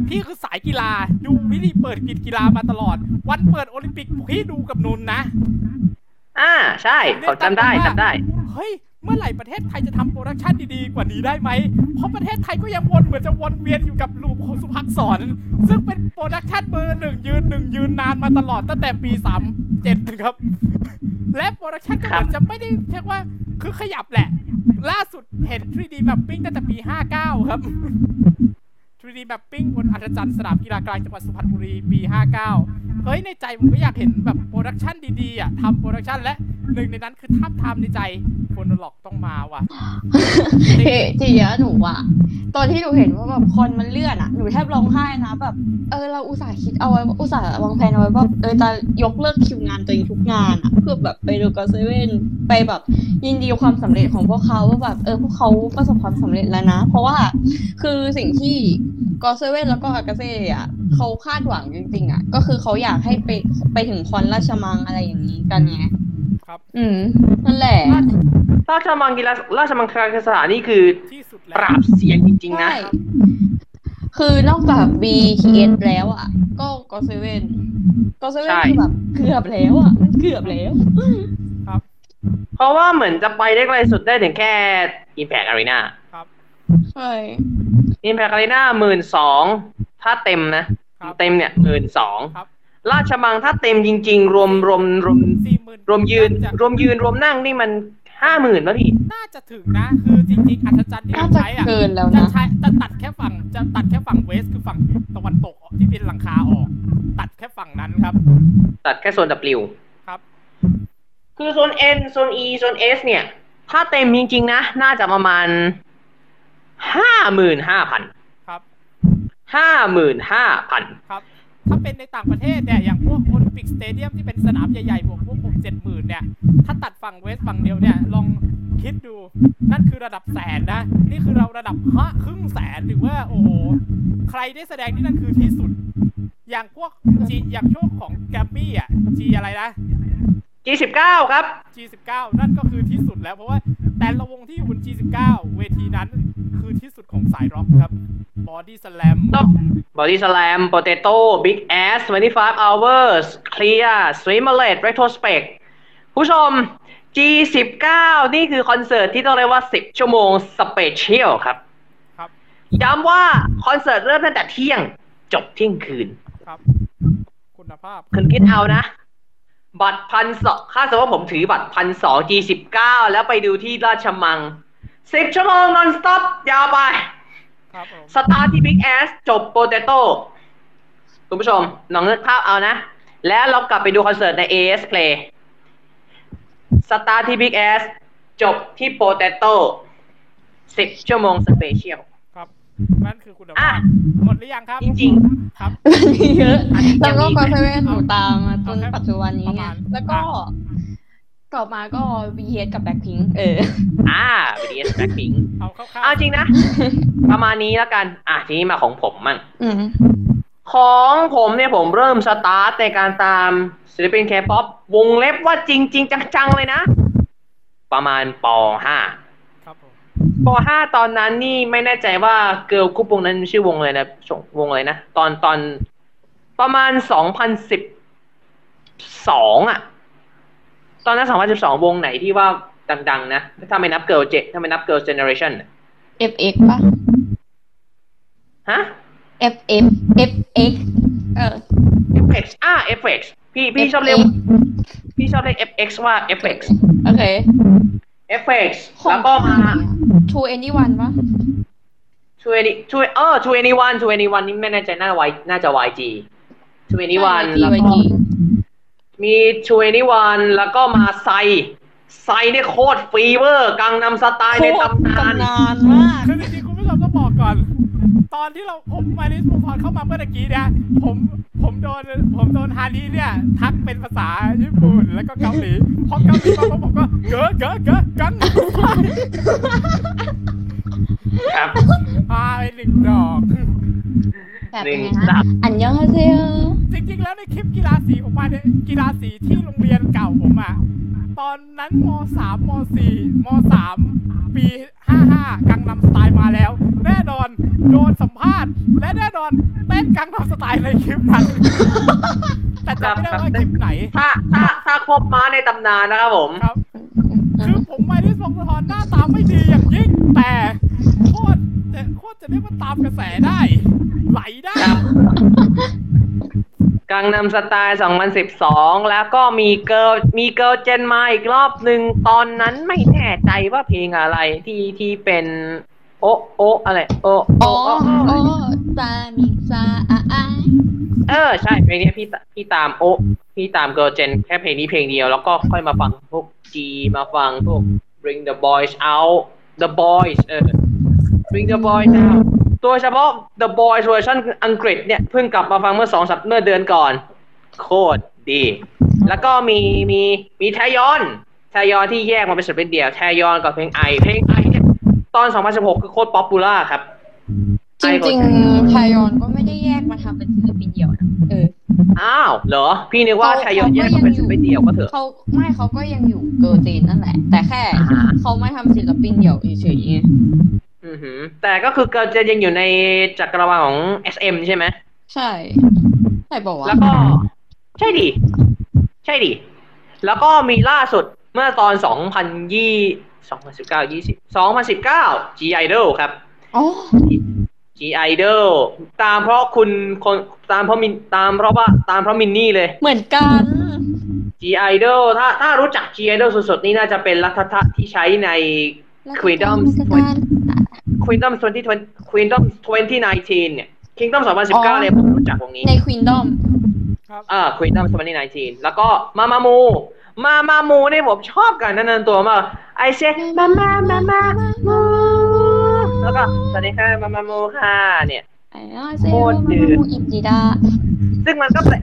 พี่คือสายกีฬาดูวิธีเปิดกิจกีฬามาตลอด วันเปิดโอลิมปิกพี่ดูกับนุนนะ อ่าใช่ผมจำได้จำได้ เฮ้ย เมื่อไหร่ประเทศไทยจะทำโปรดักชันดีๆ กว่านี้ได้ไหม เพราะประเทศไทยก็ยังวนเหมือนจะวนเวียนอยู่กับลูกของสุภักษรซึ่งเป็นโปรดักชันเบอร์หนึ่งยืนหนึ่งยืนนานมาตลอดตั้งแต่ปีสามเจ็ดครับ และโปรดักชันก็เหมือนจะไม่ได้เรียกว่าคือขยับแหละ ล่าสุดเห็น 3D mapping ตั้งแต่ปี 59 ครับ 3D mapping บนอัศจรรย์สนามกีฬากลางจังหวัดสุพรรณบุรีปี 59 เฮ้ย ในใจผมก็อยากเห็นแบบโปรดักชันดีๆอ่ะทำโปรดักชันและหนึ่งในนั้นคือทับทามในใจคนหลอกต้องมาว่ะ เฮ้เจียหนูอะตอนที่หนูเห็นว่าแบบคอนมันเลื่อนอะหนูแทบร้องไห้นะแบบเออเราอุตส่าห์คิดเอาไว้อุตส่าห์วางแผนเอาไว้ว่าเออจะยกเลิกคิวงานตัวเองทุกงานอะเพื่อแบบไปดูกอเซเว่นไปแบบยินดีกับความสำเร็จของพวกเขาว่าแบบเออพวกเขาประสบความสำเร็จแล้วนะ เพราะว่า คือสิ่งที่กอเซเว่นแล้วก็อากาเซ่อะเขาคาดหวังจริงๆอะก็คือเขาอยากให้ไปไปถึงคอนราชมังอะไรอย่างนี้กันไง ครับ อืมนั่นแหละ ราชมังกีฬาราชมังคลาสถานนี่คือ ที่สุด ป แล้ว ราบเสียนจริงๆนะ ใช่คือนอกจาก BTS แล้วอ่ะ ก็ก็เซเว่นก็เซเว่น ใช่ คือแบบเกือบแล้วอ่ะมันเกือบแล้ว เพราะว่าเหมือนจะไปได้ไกลสุดได้ถึงแค่ Impact Arena ใช่ Impact Arena หมื่นสองถ้าเต็มนะ ครับ เต็มเนี่ยหมื่นสอง ครับ ราชมังถ้าเต็มจริง ๆ รวมรวมรวม สี่หมื่น รวมยืน รวมยืนรวมนั่งนี่มันห้าหมื่นป่ะพี่ น่าจะถึงนะ คือจริงๆ อัศจรรย์ที่ น่า เรา จะ ใช้อ่ะ เกินแล้ว จะ นะ ใช้จะตัดแค่ฝั่งจะตัดแค่ฝั่งเวสคือฝั่งตะวันตกที่เป็นหลังคาออก ตัดแค่ฝั่งนั้นครับ ตัดแค่โซน W ครับ คือโซน N โซน E โซน S เนี่ย ถ้าเต็มจริง ๆ นะ น่าจะประมาณห้าหมื่นห้าพัน ครับ ห้าหมื่นห้าพัน ถ้าเป็นในต่างประเทศเนี่ยอย่างพวกโอลิมปิกสเตเดียมที่เป็นสนามใหญ่ๆบวกพวกผมเจ็ดหมื่นเนี่ย ถ้าตัดฝั่งเวสฝั่งเดียวเนี่ย ลองคิดดู นั่นคือระดับแสนนะ นี่คือเราระดับฮะครึ่งแสนหรือว่า โอ้โห ใครได้แสดงที่นั่นคือที่สุด อย่างพวกจีอย่างช่วงของแกรมมี่อ่ะจีอะไรนะ จีสิบเก้าครับ G19 นั่นก็คือที่สุดแล้วเพราะว่าแต่ละวงที่อยู่บน G19 เวทีนั้นคือที่สุดของสายร็อกครับ Body Slam บอดี้สแลมโปเตโต้บิ๊กแอส25 hours clear swimlet retrospect ผู้ชม G19 นี่คือคอนเสิร์ตที่ต้องเรียกว่า 10 ชั่วโมงสเปเชียลครับ ครับ ย้ำว่าคอนเสิร์ตเริ่มตั้งแต่เที่ยง จบเที่ยงคืน ครับคุณภาพ คุณคิดเอานะ บัตรพันสองค่าสมมติว่าผมถือบัตรพันสอง G19 แล้วไปดูที่ราชมัง 10 ชั่วโมงนอนสต็อปยาวไป ครับผม สตาร์ที่บิ๊กแอสจบโปเตโต้คุณผู้ชมลองนึกภาพเอานะ แล้วเรากลับไปดูคอนเสิร์ตใน AS Play สตาร์ที่บิ๊กแอสจบที่โปเตโต้สิบชั่วโมงสเปเชียล ครับ นั่นคือคุณ อ่ะ ภาพ หมดหรือยังครับ จริง ครับ เยอะ อันนี้ แล้วก็ ยังมี ก็ ไหม เซเว่นหนูตามมาจนปัจจุบันนี้ ประ ไง มาณ แล้วก็ต่อมาก็ BTS กับ Blackpink เออ ๆ อ่า BTS Blackpink เอาคร่าว เอาจริงนะ ประมาณนี้แล้วกัน อ่ะ ทีนี้มาของผมมั่ง อืม ของผมเนี่ยผมเริ่มสตาร์ทในการตามศิลปินเคป๊อปวงเล็บว่าจริงจริง ๆ จัง ๆ เลยนะ ประมาณป .5 ๆครับผม ป .5 ตอนนั้นนี่ไม่แน่ใจว่าเกิร์ลกรุ๊ปวงนั้นชื่อวงอะไรนะชงวงอะไรนะ ตอนตอนประมาณ 2012 อ่ะ ตอนนั้น 2012 วงไหนที่ว่าดัง ๆ นะ ถ้าไม่นับเกิร์ลเจถ้าไม่นับเกิร์ลเจเนอเรชัน FX ป่ะ ฮะ FF FX เออ FX อ่า FX พี่พี่ชอบเรียก FX พี่ชอบเรียก FX ว่า FX โอเค FX แล้วก็มา True Anyone ป่ะ ช่วยนี่ช่วยเออช่วยนี่วันช่วยนี่วันนี่ไม่แน่ใจน่าไวน่าจะ YG ช่วยนี่วัน YG แล้วก็ มีชวยนิวันแล้วก็มาไซ ไซ ไซเนี่ยโคตรฟีเวอร์กังนำสไตล์ในตำนาน ตำนานมาก คือจริงๆคุณผู้ชมต้องบอกก่อน ตอนที่เราผมมาในสปอนเข้ามาเมื่อตะกี้เนี่ยผมผมโดนผมโดนฮานีเนี่ยทักเป็นภาษาญี่ปุ่นแล้วก็เกาหลีพอเกาหลีมาผมก็เก๋อเก๋อเก๋อกัน ครับ พาไปหนึ่งดอก แบบ หนึ่ ยัง งไง ดั นะ บ อันยองฮาเซโย จริงๆ แล้วในคลิปกีฬาสีของมันเนี่ยกีฬาสีที่โรงเรียนเก่าผมอะตอนนั้นม3ม4ม3ปี 55 กังนำสไตล์มาแล้ว แน่นอนโดนสัมภาษณ์ และแน่นอนเต้นกังนำสไตล์ในคลิปนั้น แต่จำไม่ได้ว่าคลิปไหน ถ้าถ้าถ้าครบม้าในตำนานนะครับผม ครับ คือผมมาที่สงสะทอนหน้าตาไม่ดีอย่างยิ่งแต่โคตรแต่โคตรจะได้มาตามกระแสได้ ไหลได้ กังนำสไตล์ 2012 แล้วก็มีเกิร์ลมีเกิร์ลเจนมาอีกรอบหนึ่งตอนนั้นไม่แน่ใจว่าเพลงอะไรที่ที่เป็น โอะโอะอะไร โอะ โอ้ โอะโอะ โอ้ซามิงซาอาอา เออ ใช่เพลงเนี้ยพี่ตพี่ตามโอะพี่ตามเกิร์ลเจน แค่เพลงนี้เพลงเดียวแล้วก็ค่อยมาฟังพวกจีมาฟังพวก bring the boys out the boys เออ bring the boys out ตัวเฉพาะ the boys เวอร์ชันอังกฤษเนี่ยเพิ่งกลับมาฟังเมื่อสองสัปเมื่อเดือนก่อน โคตรดี แล้วก็มีมีมีแทยอนแทยอนที่แยกมาเป็นศิลปินเดี่ยวแทยอนกับเพลงไอ เพลงไอเนี่ยตอน 2016 คือโคตรป๊อปปูล่าครับ จริงๆไทยอนก็ไม่ได้แยกมาทำเป็นศิลปินเดี่ยวนะเออ อ้าว เหรอ พี่นึกว่า เขา แทยอนแยกมาเป็นศิลปินเดี่ยวก็เถอะ เขาไม่เขาก็ยังอยู่เกิร์ลเจนนั่นแหละ แต่แค่เขาไม่ทำศิลปินเดี่ยวเฉยๆไง อือหือ แต่ก็คือเกิร์ลเจนยังอยู่ในจักรวาลของ SM ใช่ไหม ใช่ใช่บอกว่า แล้วก็ ใช่ดิใช่ดิแล้วก็มีล่าสุดเมื่อตอน 2020 2019 20 2019 G Idol ครับ อ๋อ G Idol ตามเพราะคุณคนตามเพราะมินตามเพราะว่าตามเพราะมินนี่เลย เหมือนกัน G Idol ถ้าถ้ารู้จัก G Idol สุดๆ นี่น่าจะเป็นรัฐทะที่ใช้ใน Freedom แล้วก็การ Kingdom 2020 Kingdom 2019 เนี่ย Kingdom 2019 เลยผมรู้จักวงนี้ ในควีนดอม อ่าคุยตั้มสมัย19 แล้วก็มามามู มามามูเนี่ยผมชอบการแนะนำตัวมากไอเซมามามามามูแล้วก็สวัสดีค่ะมามามูค่ะเนี่ย ไอ้น้อยเซล โค ล์ ตร มา เดือด มูอิจิดา ซึ่งมันก็แปลก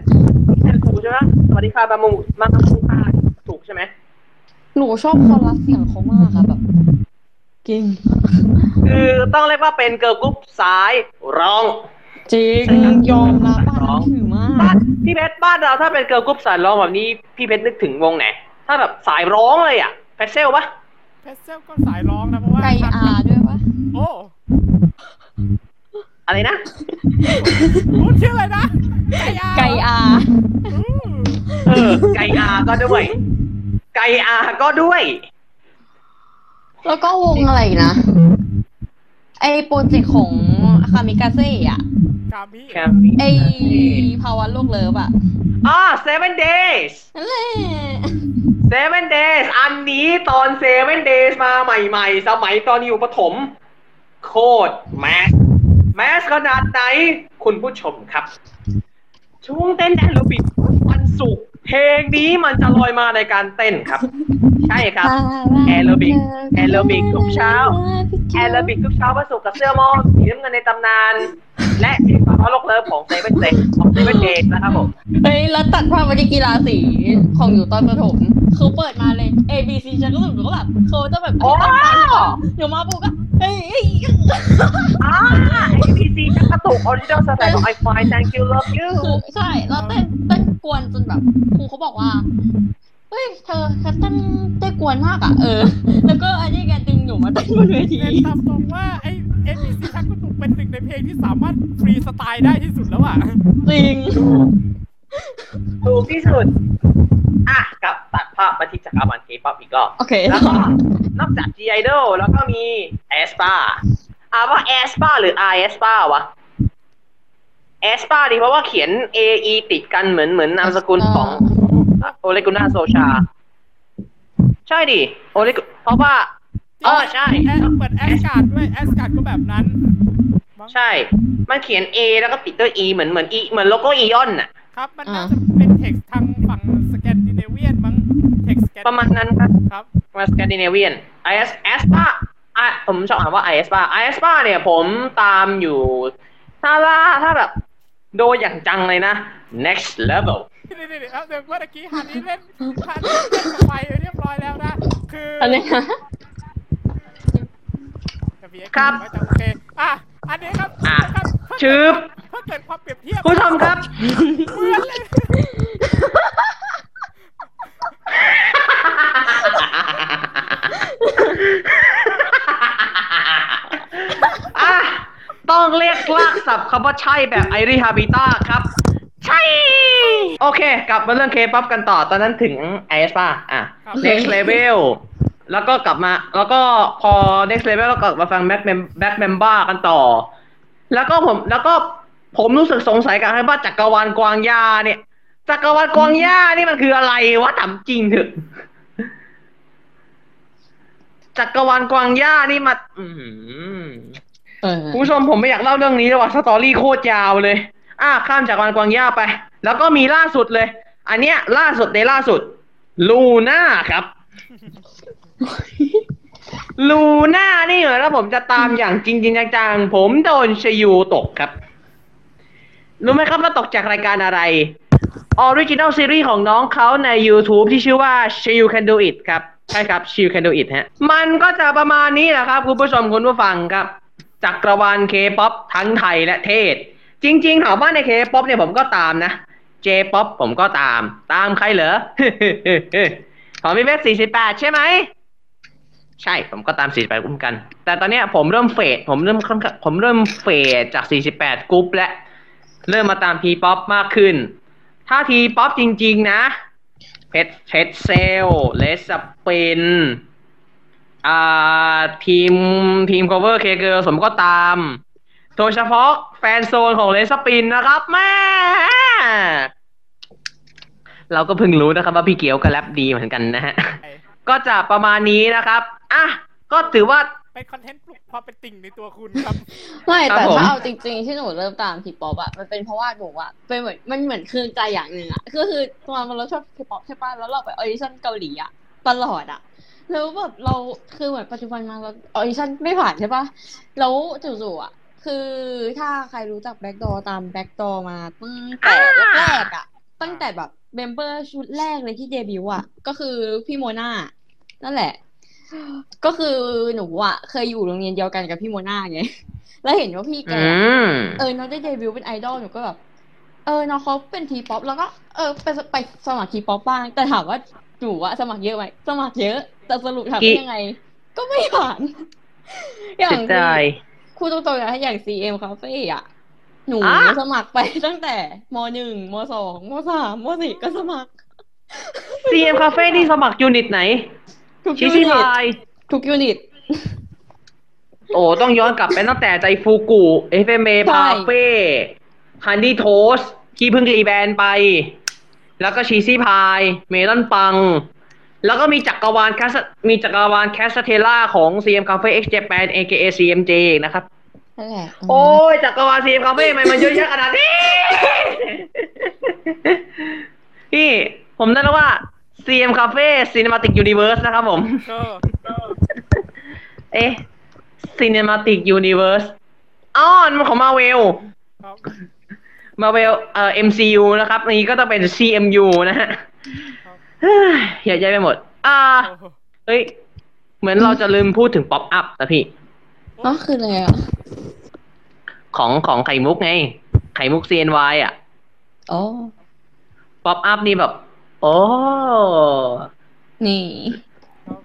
เป็นถูกใช่ไหมสวัสดีค่ะมามูมามามูค่ะถูกใช่ไหม หนูชอบคอรัสเสียงเขามากค่ะแบบเก่ง คือต้องเรียกว่าเป็นเกิร์ลกรุ๊ปสายร้อง จริง ยอมรับบ้าน ร้อง ถือมา บ้าก นพี่เพชรบ้านเราถ้าเป็นเกิร์ลกรุ๊ปสายร้องแบบนี้พี่เพชรนึกถึงวงไหน ถ้าแบบสายร้องเลยอ่ะเพชเซลปะ เพชรเซลก็สายร้องนะเพราะว่า ไกอาด้วยปะ โอ้ อะไรนะ พูดชื่ออะไรนะ ไกอา เออไก่อาก็ด้วย ไก่อาก็ด้วย แล้วก็วงอะไรอีกนะ ไอโปรเจกต์ของคามิกาเซ่อะ กามิ แคมปิ้ง ไอภาวะโลกเลิฟอะ อ่า seven days นั่นแหละ seven days อันนี้ตอน seven days มาใหม่ๆ สมัยตอนอยู่ประถม โคตรแมส แมสขนาดไหน คุณผู้ชมครับ ช่วงเต้นแอโรบิกวันศุกร์เพลงนี้มันจะลอยมาในการเต้นครับ ใช่ครับ แอโรบิกแอโรบิกทุกเช้า แอโรบิกทุกเช้าวันศุกร์กับเสื้อมองสีน้ำเงินในตำนาน และเพลงความเพราะโลกเลิฟของ seven days ของ seven days นะครับผม เฮ้ย แล้วตัดภาพมาที่กีฬาสีของอยู่ตอนประถมคือเปิดมาเลย A B C ฉันก็รู้สึกว่าแบบเขาจะแบบ โอ้ เฮ้ยตามตามเดี๋ยวมาปุ๊บก็เฮ้ยเฮ้ย อ่า ABC ชักกระตุกออริจินอลสไตล์ของ I find thank you love you คือใช่แล้วเต้นเต้นกวนจนแบบครูเขาบอกว่า เฮ้ย เธอเธอเต้นเต้นกวนมากอ่ะ เออ แล้วก็อันนี้แกดึงหนูมาเต้นบนเวที เน้นตามตรงว่า ไอ้ NPC ทักกุตุกเป็นหนึ่งในเพลงที่สามารถฟรีสไตล์ได้ที่สุดแล้วอ่ะ จริง ถูกที่สุด อ่ะกลับตัดภาพมาที่จักรวาล K-pop อีกรอบ โอเค แล้วก็นอกจาก G Idol แล้วก็มี a s p a อ่ะว่า a s p a หรือ I a s p a วะ a s p a ดีเพราะว่าเขียน A E ติดกันเหมือนเหมือนนามสกุลของโอเลกุน่าโซชา ใช่ดิโอเลกุเพราะว่าเออใช่ แอสเปิดแอสการ์ดด้วยแอสการ์ดก็แบบนั้นมั้ง ใช่ มันเขียน A แล้วก็ติดด้วย E เหมือนเหมือน E เหมือนโลโก้อีออนน่ะ ครับ มัน อ่า น่าจะเป็นเท็กซ์ทางฝั่งสแกนดิเนเวียนมั้งเท็กซ์ ประมาณนั้นครับ ครับ มาสแกนดิเนเวียน IS a s p a อ่ะผมชอบอ่านว่า IS p a IS p a เนี่ยผมตามอยู่ ถ้าล่าถ้าแบบ โดยอย่างจังเลยนะ next level เดี๋ยวเดี๋ยวเดี๋ยวเดี๋ยวเมื่อตะกี้ฮันนี่เล่นฮันนี่เล่นกับไฟเรียบร้อยแล้วนะ คือ ตอนนี้นะ จะมีไอ้ ครับ ไว้แต่โอเคอ่ะอันนี้ครับ อ่ะ ครับ ชึบ เพื่อเกิดความเปรียบเทียบ คุณผู้ชมครับ เหมือนเลย อ่ะต้องเรียกลากศัพท์คำว่าใช่แบบไอริฮาบิต้าครับ ใช่ โอเค กลับมาเรื่องเคป๊อปกันต่อ ตอนนั้นถึงไอเอสป่ะอ่ะ next level แล้วก็กลับมา แล้วก็พอ next level แล้วก็กลับมาฟัง back mem back member กันต่อ แล้วก็ผมแล้วก็ผมรู้สึกสงสัยกันว่าจักรวาลกวางยาเนี่ย จักรวาลกวางยานี่มันคืออะไรวะถามจริงเถอะ จักรวาลกวางย่านี่มาอื้อหือ เออ คุณผู้ชมผมไม่อยากเล่าเรื่องนี้แล้วว่ะสตอรี่โคตรยาวเลย อ่ะข้ามจากรวาลกวางย่าไป แล้วก็มีล่าสุดเลย อันเนี้ย ล่าสุดในล่าสุด ลูน่าครับ ลูน่านี่เหรอแล้วผมจะตามอย่างจริงจริงๆจังๆ ผมโดนชยูตกครับ รู้ไหมครับว่าตกจากรายการอะไรออริจิน l ลซีรีส์ของน้องเขาใน YouTube ที่ชื่อว่า She You Can Do It ครับ ใช่ครับ She You Can Do It ฮะ มันก็จะประมาณนี้แหละครับ คุณผู้ชมคุณผู้ฟังครับ จักรวาลเคป๊อปทั้งไทยและเทศ จริงๆถามว่าในเคป๊อปเนี่ยผมก็ตามนะ เจป๊อปผมก็ตาม ตามใครเหรอ ของพี่เบส48 ใช่ไหม ใช่ ผมก็ตาม 48 กลุ่มกัน แต่ตอนเนี้ยผมเริ่มเฟด ผมเริ่มค่อนข้างผมเริ่มเฟดจาก 48 กรุ๊ปและ เริ่มมาตามทีป๊อปมากขึ้น ถ้าทีป๊อปจริง ๆ นะเพชรเพชรเซล เลสสเปน อ่า ทีมทีม cover เคเกิลผมก็ตาม โดยเฉพาะแฟนโซนของเลสสปินนะครับแม่ เราก็เพิ่งรู้นะครับว่าพี่เกียวก็แรปดีเหมือนกันนะฮะ ก็จะประมาณนี้นะครับ อ่ะ ก็ถือว่า เป็นคอนเทนต์ปลุกความเป็นติ่งในตัวคุณครับ ไม่ ครับ แต่ ผม ถ้าเอาจริงๆที่หนูเริ่มตามทีป๊อปอะมันเป็นเพราะว่าหนูอะเป็นเหมือนมันเหมือนเครื่องใจอย่างหนึ่งอะก็คือตอนเราชอบทีป๊อปใช่ป่ะแล้วเราไปออดิชั่นเกาหลีอะตลอดอะแล้วแบบเราคือเหมือนปัจจุบันมาเราออดิชั่นไม่ผ่านใช่ป่ะแล้วจู่ๆอะคือถ้าใครรู้จักแบ็กดอตามแบ็กดอมาตั้งแต่แรกๆอะตั้งแต่แบบเมมเบอร์ชุดแรกเลยที่เดบิวต์อะก็คือพี่โมนานั่นแหละ ก็คือหนูอะเคยอยู่โรงเรียนเดียวกันกับพี่โมนาไง แล้วเห็นว่าพี่แก อื อะ ม เออน้องได้เดบิวต์เป็นไอดอลหนูก็แบบ เออน้องเขาเป็นทีป๊อปแล้วก็เออไปไปสมัครทีป๊อปบ้าง แต่ถามว่าหนูว่าสมัครเยอะไหมสมัครเยอะ แต่สรุปถาม กี่ ว่ายังไง ก็ไม่ผ่าน อย่า เสี ง ยใจ ครูตรงๆนะอย่าง CM Cafe อ่ะ หนู อ่ะ สมัครไปตั้งแต่มหนึ่งมสองมสามมสี่ก็สมัคร CM Cafe นี่สมัครยูนิตไหน ทุก ชิ ยู ชิ นิต พาย ทุกยูนิต โอ้ต้องย้อนกลับไปตั้งแต่ใจฟูกุ FMA ใช่ พาเฟ่ ฮันดี้โทสที่เพิ่งรีแบรนด์ไป แล้วก็ชีซี่พาย เมลอนปัง แล้วก็มีจักรวาลแคสมีจักรวาลแคสเทล่าของ CM Cafe X Japan AKA CMJ นะครับ นั่นแหละ โอ้ยจักรวาล CM Cafe ทำไมมันเยอะแยะขนาดนี้ พี่ ผมนั่นว่า CM Cafe Cinematic Universe นะครับผม เออ เอ๊ะ Cinematic Universe อ๋อมันของมาเวล ครับ มาเวลเอ่อ MCU นะครับอันนี้ก็ต้องเป็น CMU นะฮะเฮ้ยเยอะแยะไปหมด อ่า โอ้โห เฮ้ย เหมือนเราจะลืมพูดถึงป๊อปอัพนะพี่ อ๋อคืออะไรอ่ะ ของของไข่มุกไง ไข่มุก CNY อ่ะ อ๋อ ป๊อปอัพนี่แบบ โอ้ นี่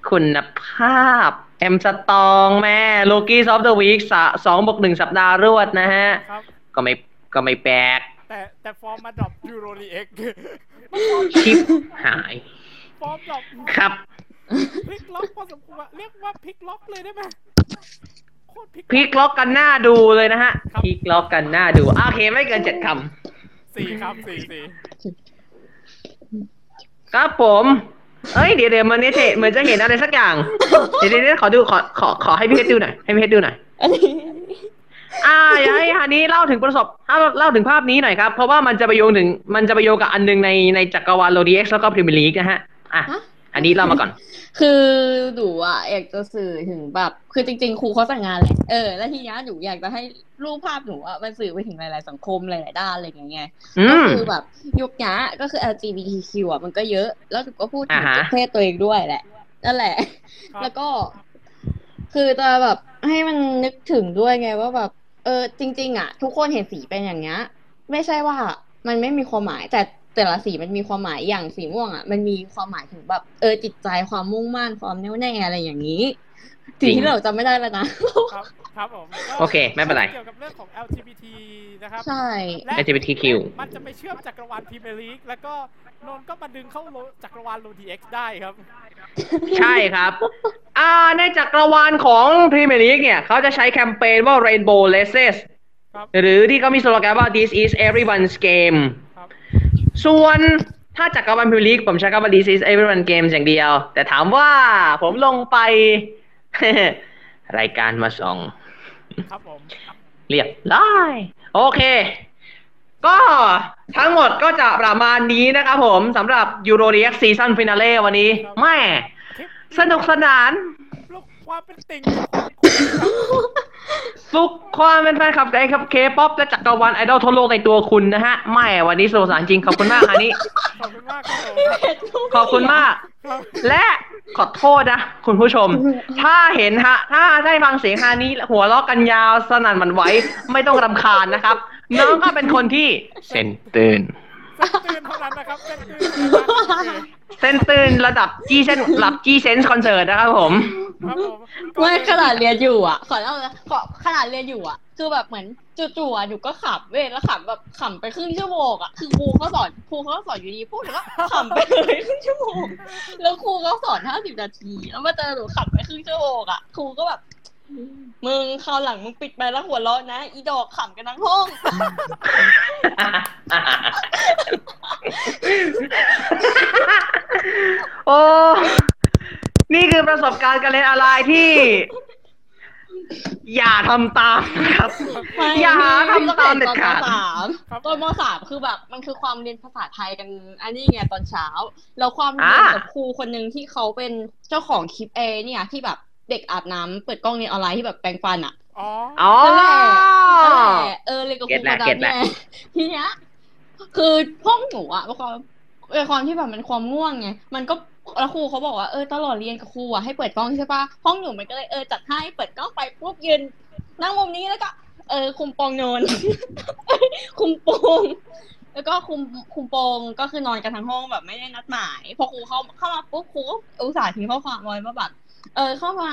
คุณภาพ เอ็มสตองแม่ลูกี้ซอฟต์เดอะวีคสองบวกหนึ่งสัปดาห์รวดนะฮะ ครับ ก็ไม่ก็ไม่แปลก แต่แต่ฟอร์มมาดรอปยูโรลีเอ็ก ชิปหาย ฟอร์มดรอป ครับ พลิกล็อกพอสมควรเรียกว่าพลิกล็อกเลยได้ไหมโคตรพลิก พลิกล็อกกันหน้าดูเลยนะฮะพลิกล็อกกันหน้าดูอ่ะโอเคไม่เกินเจ็ดค สี่ครับสี่สี่ ำครับผมเอ้ยเดี๋ยวเดี๋ยวมันเนี่ยเจเหมือนจะเห็นอะไรสักอย่าง เดี๋ยวเดี๋ยวเดี๋ยวขอดูขอขอขอให้พี่เพชรดูหน่อยให้พี่เพชรดูหน่อย อันนี้ อ่าอยากให้ฮันนี้เล่าถึงประสบเล่าเล่าถึงภาพนี้หน่อยครับเพราะว่ามันจะไปโยงถึงมันจะไปโยงกับอันหนึงในในจักรวาลโรดีเอ็กซ์แล้วก็พรีเมียร์ลีกนะฮะอ่ะ ฮะ อันนี้เล่ามาก่อน คือหนูอ่ะอยากจะสื่อถึงแบบ คือจริง ๆ ครูเขาสั่งงานแหละเออแล้วทีเนี้ยหนูอยากจะให้รูปภาพหนูอ่ะมันสื่อไปถึงหลาย ๆ สังคมหลาย ๆ ด้านอะไรอย่างเงี้ย อื ก็ ม คือแบบยุคเนี้ยก็คือ LGBTQ อ่ะมันก็เยอะ แล้วจุกก็พูดถึ อ่างฮะ เพศตัวเองด้วยแหละ นั่นแหละ ครับ แล้วก็ คือจะแบบให้มันนึกถึงด้วยไงว่าแบบ เออ จริง ๆ อ่ะ ทุกคนเห็นสีเป็นอย่างเงี้ย ไม่ใช่ว่ามันไม่มีความหมาย แต่แต่ละสีมันมีความหมายอย่างสีม่วงอ่ะมันมีความหมายถึงแบบเออจิตใจความมุ่งมั่นความแน่วแน่อะไรอย่างนี้ จริ สิ่ ง งที่เราจำไม่ได้แล้วนะ ครับครับผม โอเคไม่เป็นไร เกี่ยวกับเรื่องของ LGBT นะครับ ใช่ และ LGBTQ มันจะไปเชื่อมจักรวาลพรีเมียร์ลีกแล้วก็นนท์ก็มาดึงเข้าโลจักรวาลโลดีเอ็กซ์ได้ครับ ใช่ครับ อ่า ในจักรวาลของพรีเมียร์ลีกเนี่ย เขาจะใช้แคมเปญว่า Rainbow Laces ครับ หรือที่เขามีสโลแกนว่า this is everyone's game ครับ ส่วนถ้าจักรวาลพรีเมียร์ลีกผมใช้คำว่า this is everyone's game อย่างเดียว แต่ถามว่าผมลงไป รายการมาส่อง ครับผม เรียบร้อยโอเค ก็ทั้งหมดก็จะประมาณนี้นะครับผมสำหรับ Euro r e a c Season Finale วันนี้แม่ คลิป สนุกสนาน ลูกความเป็นติ่ง สุขความเป็นแฟนคลับไอครับเคป๊อปและจักรวาลไอดอลทั่วโลกในตัวคุณนะฮะไม่วันนี้สนุกสนานจริงขอบคุณมากฮานี่ ขอบคุณมากครับผม ขอบคุณมาก ครับ และขอโทษนะ คุณผู้ชม ถ้าเห็นฮะ ถ้าได้ฟังเสียงฮานี้หัวเราะกันยาวสนั่นหมันไหวไม่ต้องรำคาญนะครับ น้องก็เป็นคนที่เซนตื่น เส้นตื่นเท่านั้นนะครับเส้นตื่นเท่านั้นนะครับ เส้นตื่นระดับจี้เส้นระดับจี้เซนส์คอนเสิร์ตนะครับผม ครับผม ไม่ขนาดเรียนอยู่อ่ะ ขอเล่านะขอขนาดเรียนอยู่อ่ะ คือแบบเหมือนจู่ๆอ่ะหนูก็ขำเว้ยแล้วขำแบบขำไปครึ่งชั่วโมงอ่ะคือครูเขาสอนครูเขาสอนอยู่ดีพูดแล้วก็ขำไปเลยครึ่งชั่วโมง แล้วครูเขาสอนห้าสิบนาที แล้วมาเจอหนูขำไปครึ่งชั่วโมงอ่ะครูก็แบบ มึงคราวหลังมึงปิดไปแล้วหัวเราะนะ อีดอกขำกันทั้งห้อง โอ้ นี่คือประสบการณ์การเล่นออนไลน์ที่ อย่าทำตามนะครับ อย่าทำตามเด็ดขาด ตอนมสามตอนมสามคือแบบมันคือความเรียนภาษาไทยกัน อันนี้ไงตอนเช้า แล้วความเรียน อ่า กับครูคนหนึ่งที่เขาเป็นเจ้าของคลิปเอเนี่ยที่แบบเด็กอาบน้ำเปิดกล้องเรียนออนไลน์ที่แบบแปรงฟันอ่ะ อ๋อ อ๋อ นั่นแหละเออเลยนกับครูประดับ Get เนี่ back, ย ทีเนี้ยคือห้องหนูอะความด้วยความที่แบบมันความง่วงไงมันก็แล้วครูเขาบอกว่าเออตลอดเรียนกับครูอะให้เปิดกล้องใช่ปะห้องหนูมันก็เลยเออจัดให้เปิดกล้องไปปุ๊บยืนนั่งมุมนี้แล้วก็ เออ คุมโปองนอน คุมโปง แล้วก็คุมคุมโปงก็คือนอนกันทั้งห้องแบบไม่ได้นัดหมาย พอครูเข้าเข้ามาปุ๊บครูก็อุตส่าห์ทิ้งข้อความไว้ว่าแบบ เออเข้ามา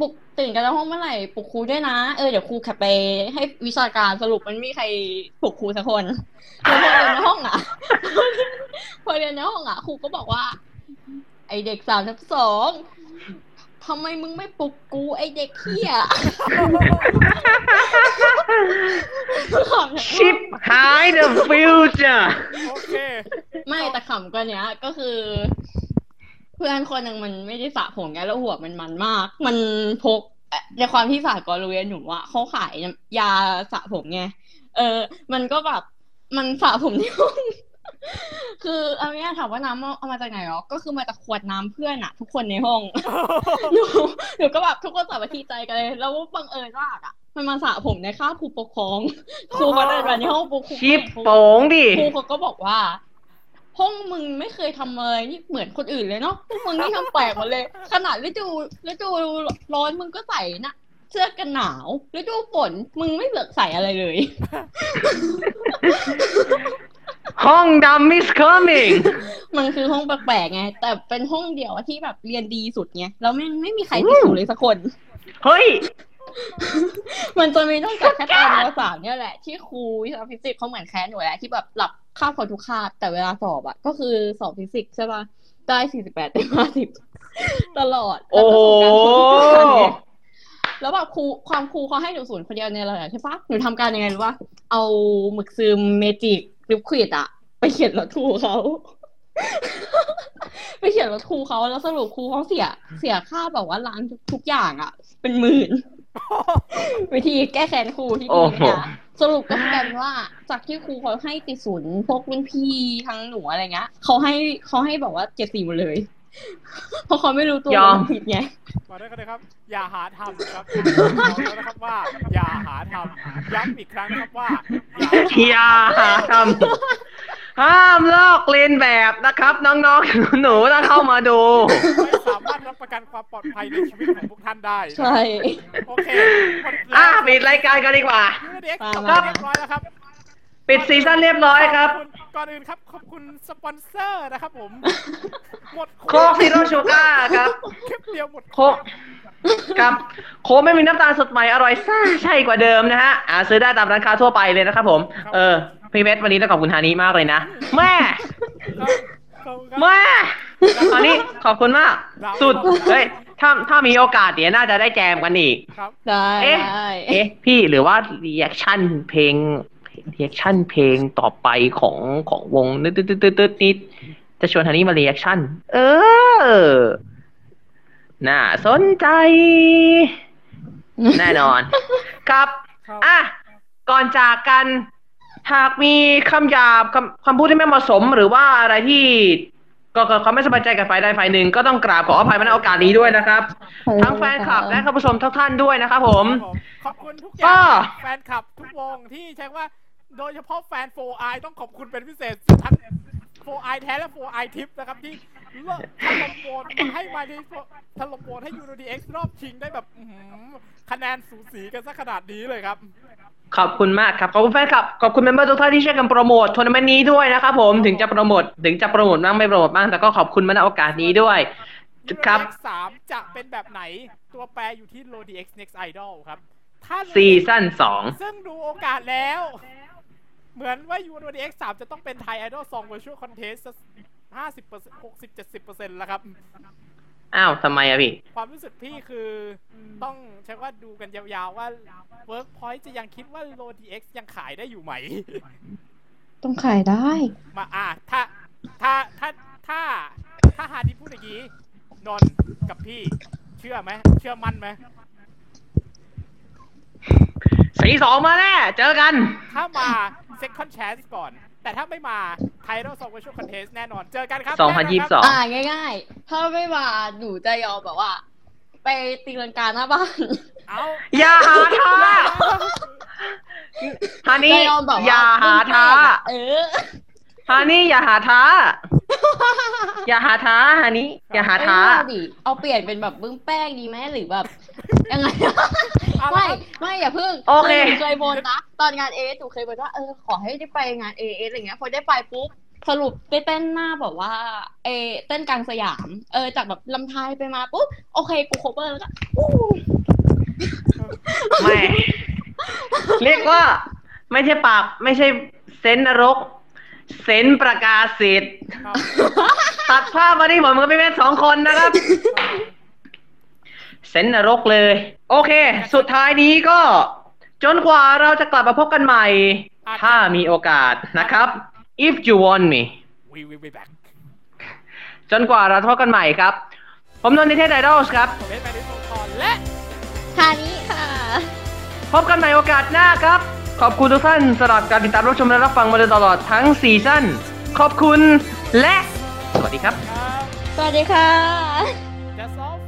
ปลุกตื่นกันแล้วห้องเมื่อไหร่ปลุกครูด้วยนะ เออเดี๋ยวครูแคปไปให้วิชาการสรุปมันไม่มีใครปลุกครูสักคน แล้วพอเรียนในห้องอ่ะ พอเรียนในห้องอ่ะครูก็บอกว่า ไอเด็กสามทับสองทำไมมึงไม่ปลุกกูไอเด็กเขี้ย ชิปหาย the future โอเค ไม่แต่ขำกว่าเนี้ย ก็คือ เพื่อนคนหนึ่งมันไม่ได้สระผมไงแล้วหัวมันมันมาก มันพกเอ่อในความที่สากลโรงเรียนหนูอะเขาขายยาสระผมไงเออ มันก็แบบมันสระผมที่ห้อง คือเอาง่ายๆถามว่าน้ำเอามาจากไหนหรอก็คือมาจากขวดน้ำเพื่อนอะทุกคนในห้อง หนูหนูก็แบบทุกคนสามัคคีใจกันเลย แล้วบังเอิญว่าอะมันมาสระผมในค่าบครูปกคร องครูมาเดินมาในห้องครูครู ชิปโป๋งดิ ครูเขาก็บอกว่า ห้องมึงไม่เคยทำอะไรนี่เหมือนคนอื่นเลยเนาะพวกมึงนี่ทำแปลกหมด เลย ขนาดฤดูฤดูร้อนมึงก็ใส่นะเสื้อกันหนาวฤดูฝนมึงไม่เลือกใส่อะไรเลย ห้องดำ is coming มันคือห้องแปลกๆไง แต่เป็นห้องเดียวที่แบบเรียนดีสุดไงแล้วไม่งไม่มีใครติดสูงเลยสักคน เฮ้ย มันจะมีนอกจากแค่ตอนมสามเนี่ยแหละที่ครูวิชาฟิสิกส์เขาเหมือนแค้นหนูแหละที่แบบหลับคาบของทุกคาบแต่เวลาสอบอะก็คือสอบฟิสิกส์ใช่ป่ะได้สี่สิบแปดเต็ มห้าสิบตลอด โอ้โห แล้วก็ส่งการสอบทุกครั้งเนี่ยแล้วแบบครูความครูเขาให้หนูศูนย์คนเดียวในระดับใช่ปะหนูทำการยังไงรู้ป่ะเอาหมึกซึมเมจิกลิปควิดอะไปเขียนรถครูเขา ไปเขียนรถครูเขาแล้วสรุปครูเขาเสีย เสียค่าแบบว่าล้างทุกๆอย่างอะเป็นหมื่น วิธีแก้แค้นครูที่ โอ้ ดี โห นะคะสรุปก็คือกันว่าจากที่ครูเขาให้ติดศูนย์พวกรุ่นพี่ทั้งหนูอะไรเงี้ยเขาให้เขาให้แบบว่าเจ็ดสี่หมดเลย เพราะเขาไม่รู้ตัวย อม ว่าผิดไง มาด้วยกันเลยครับ อย่าหาทำครับบอกแล้วนะครับว่า อย่าหาทำย้ำอีกครั้งนะครับว่า อย่าหาทำห้ามลอกเลียนแบบนะครับ น้องๆ หนูๆถ้าเข้ามาดู ไม่สามารถรับประกันความปลอดภัยในชีวิตของพวกท่านได้ ใช่ โอเคหมดแล้ว อ่ะปิดรายการกันดีกว่า ยูเด็ก มา จบ มา เรียบร้อยแล้วครับ ปิดซีซั่นเรียบร้อยครับ ขณก่อนอื่นครับขอบคุณสปอนเซอร์นะครับผม หมด โคกซีโร่ชูการ์ครับ คลิปเดียวหมด โคกครับ โคกไม่มีน้ำตาลสดใหม่อร่อยซ่าใช่กว่าเดิมนะฮะอ่าซื้อได้ตามร้านค้าทั่วไปเลยนะครับผม เออ พี่เวทวันนี้ต้องขอบคุณฮานี้มากเลยนะ แม่ ครับขอบคุณครับ แม่ตอนนี้ขอบคุณมาก สุด เฮ้ย ถ้าถ้ามีโอกาสเดี๋ยวน่าจะได้แจมกันอีก ครับ ได้ เอ๊ะ ได้ เอ๊ะ พี่หรือว่า รีแอคชั่นเพลง รีแอคชั่นเพลงต่อไปของของวงนิดนิดนิดนิดจะชวนฮันนี่มารีแอคชั่น เออ น่าสนใจ แน่นอน ครับ ครับ อ่ะ ก่อนจากกัน หากมีคำหยาบคำคำพูดที่ไม่เหมาะสม หรือว่าอะไรที่ก็ก็ความไม่สบายใจกับฝ่ายใดฝ่ายหนึ่งก็ต้องกราบขออภัยมาณโอกาสนี้ด้วยนะครับ ทั้งแฟนคลับและคุณผู้ชมทุกท่านด้วยนะครับผม ผม ขอบคุณทุกอ ก็ ย่าง แฟนคลับทุกวงที่ใช้ว่า โดยเฉพาะแฟนโฟไอต้องขอบคุณเป็นพิเศษทั้งโฟไอแท้และโฟไอทิปนะครับที่เลิกถล่มโหวตให้มาในถล่มโหวตให้ยูโรดีเอ็กซ์รอบชิงได้แบบอื้อหือคะแนนสูสีกันซะขนาดนี้เลยครับ ขอบคุณมากครับ ขอบคุณแฟนคลับ ขอบคุณเมมเบอร์ทุกท่านที่ช่วยกันโปรโมททัวร์นาเมนต์นี้ด้วยนะครับผมถึงจะโปรโมทถึงจะโปรโมทบ้างไม่โปรโมทบ้างแต่ก็ขอบคุณมาณโอกาสนี้ด้วย ครับ Rolex สามจะเป็นแบบไหนตัวแปรอยู่ที่ Rodex Next Idol ครับ ถ้า Rolex ซีซั่นสอง ซึ่งดูโอกาสแล้ว เหมือนว่า u Rodex สามจะต้องเป็นไทย Idol 2 Virtual Contest ห้าสิบเปอร์เซ็นต์หกสิบเจ็ดสิบเปอร์เซ็นต์แล้วครับ อ้าวทำไมอะพี่ ความรู้สึกพี่คือต้องใช้ว่าดูกันยาวๆว่า Workpoint จะยังคิดว่า Rodex ยังขายได้อยู่ไหม ต้องขายได้ มาอ่ะถ้าถ้าถ้าถ้าถ้าฮาดิพูดอย่างนี้นนท์กับพี่ เชื่อไหมเชื่อมั่นไหม สีสองมาแน่ เจอกัน ถ้ามา second chance ก่อน แต่ถ้าไม่มา title song virtual contest แน่นอน เจอกันครับ 2022 อ่าง่าย ๆ ถ้าไม่มาหนูจะยอมแบบว่า ไปตีลังกาหน้าบ้าน เอา อย่าหา ท้าฮานี่ จะยอมแบบว่า อย่าหาท้า เออ ฮานี่อย่าหาท้า อย่าหาท้าฮานี่อย่าหาท้า เอดิเอาเปลี่ยนเป็นแบบบึ้งแป้งดีไหมหรือ แบบ ยังไง เอาละคไม่รับ ไม่อย่าเพิ่ง โอเค หนูเคยบนนะตอนงานเอหนูเคยบนว่าเออขอให้ได้ไปงานเอเออะไรเงี้ยพอได้ไปปุ๊บสรุปได้เต้นหน้าแบบว่าเอเต้นกลางสยาม เออจากแบบลำไทยไปมาปุ๊บโอเคกูโคเวอร์แล้วก็อู้ ไม่ เรียกว่า ไม่ใช่ปาก ไม่ใช่เซนนรก เซนประกาศิษฐ์ ครับ ตัดภาพมาที่ผมกับพี่เมธสองคนนะครับ เซนนรกเลย โอเค สุดท้ายนี้ก็ จนกว่าเราจะกลับมาพบกันใหม่ ถ้ามีโอกาสนะครับ if you want me we will be back จนกว่าเราจะพบกันใหม่ครับ ผมนนท์นิเทศไอดอลครับ เบสแมนดิสโซคอนและ ท่านี้ค่ะ พบกันใหม่โอกาสหน้าครับ ขอบคุณทุกท่านสำหรับการติดตามรับชมและรับฟังมาโดยตลอดทั้งซีซั่น ขอบคุณและ สวัสดีครับ ครับ สวัสดีค่ะ that's all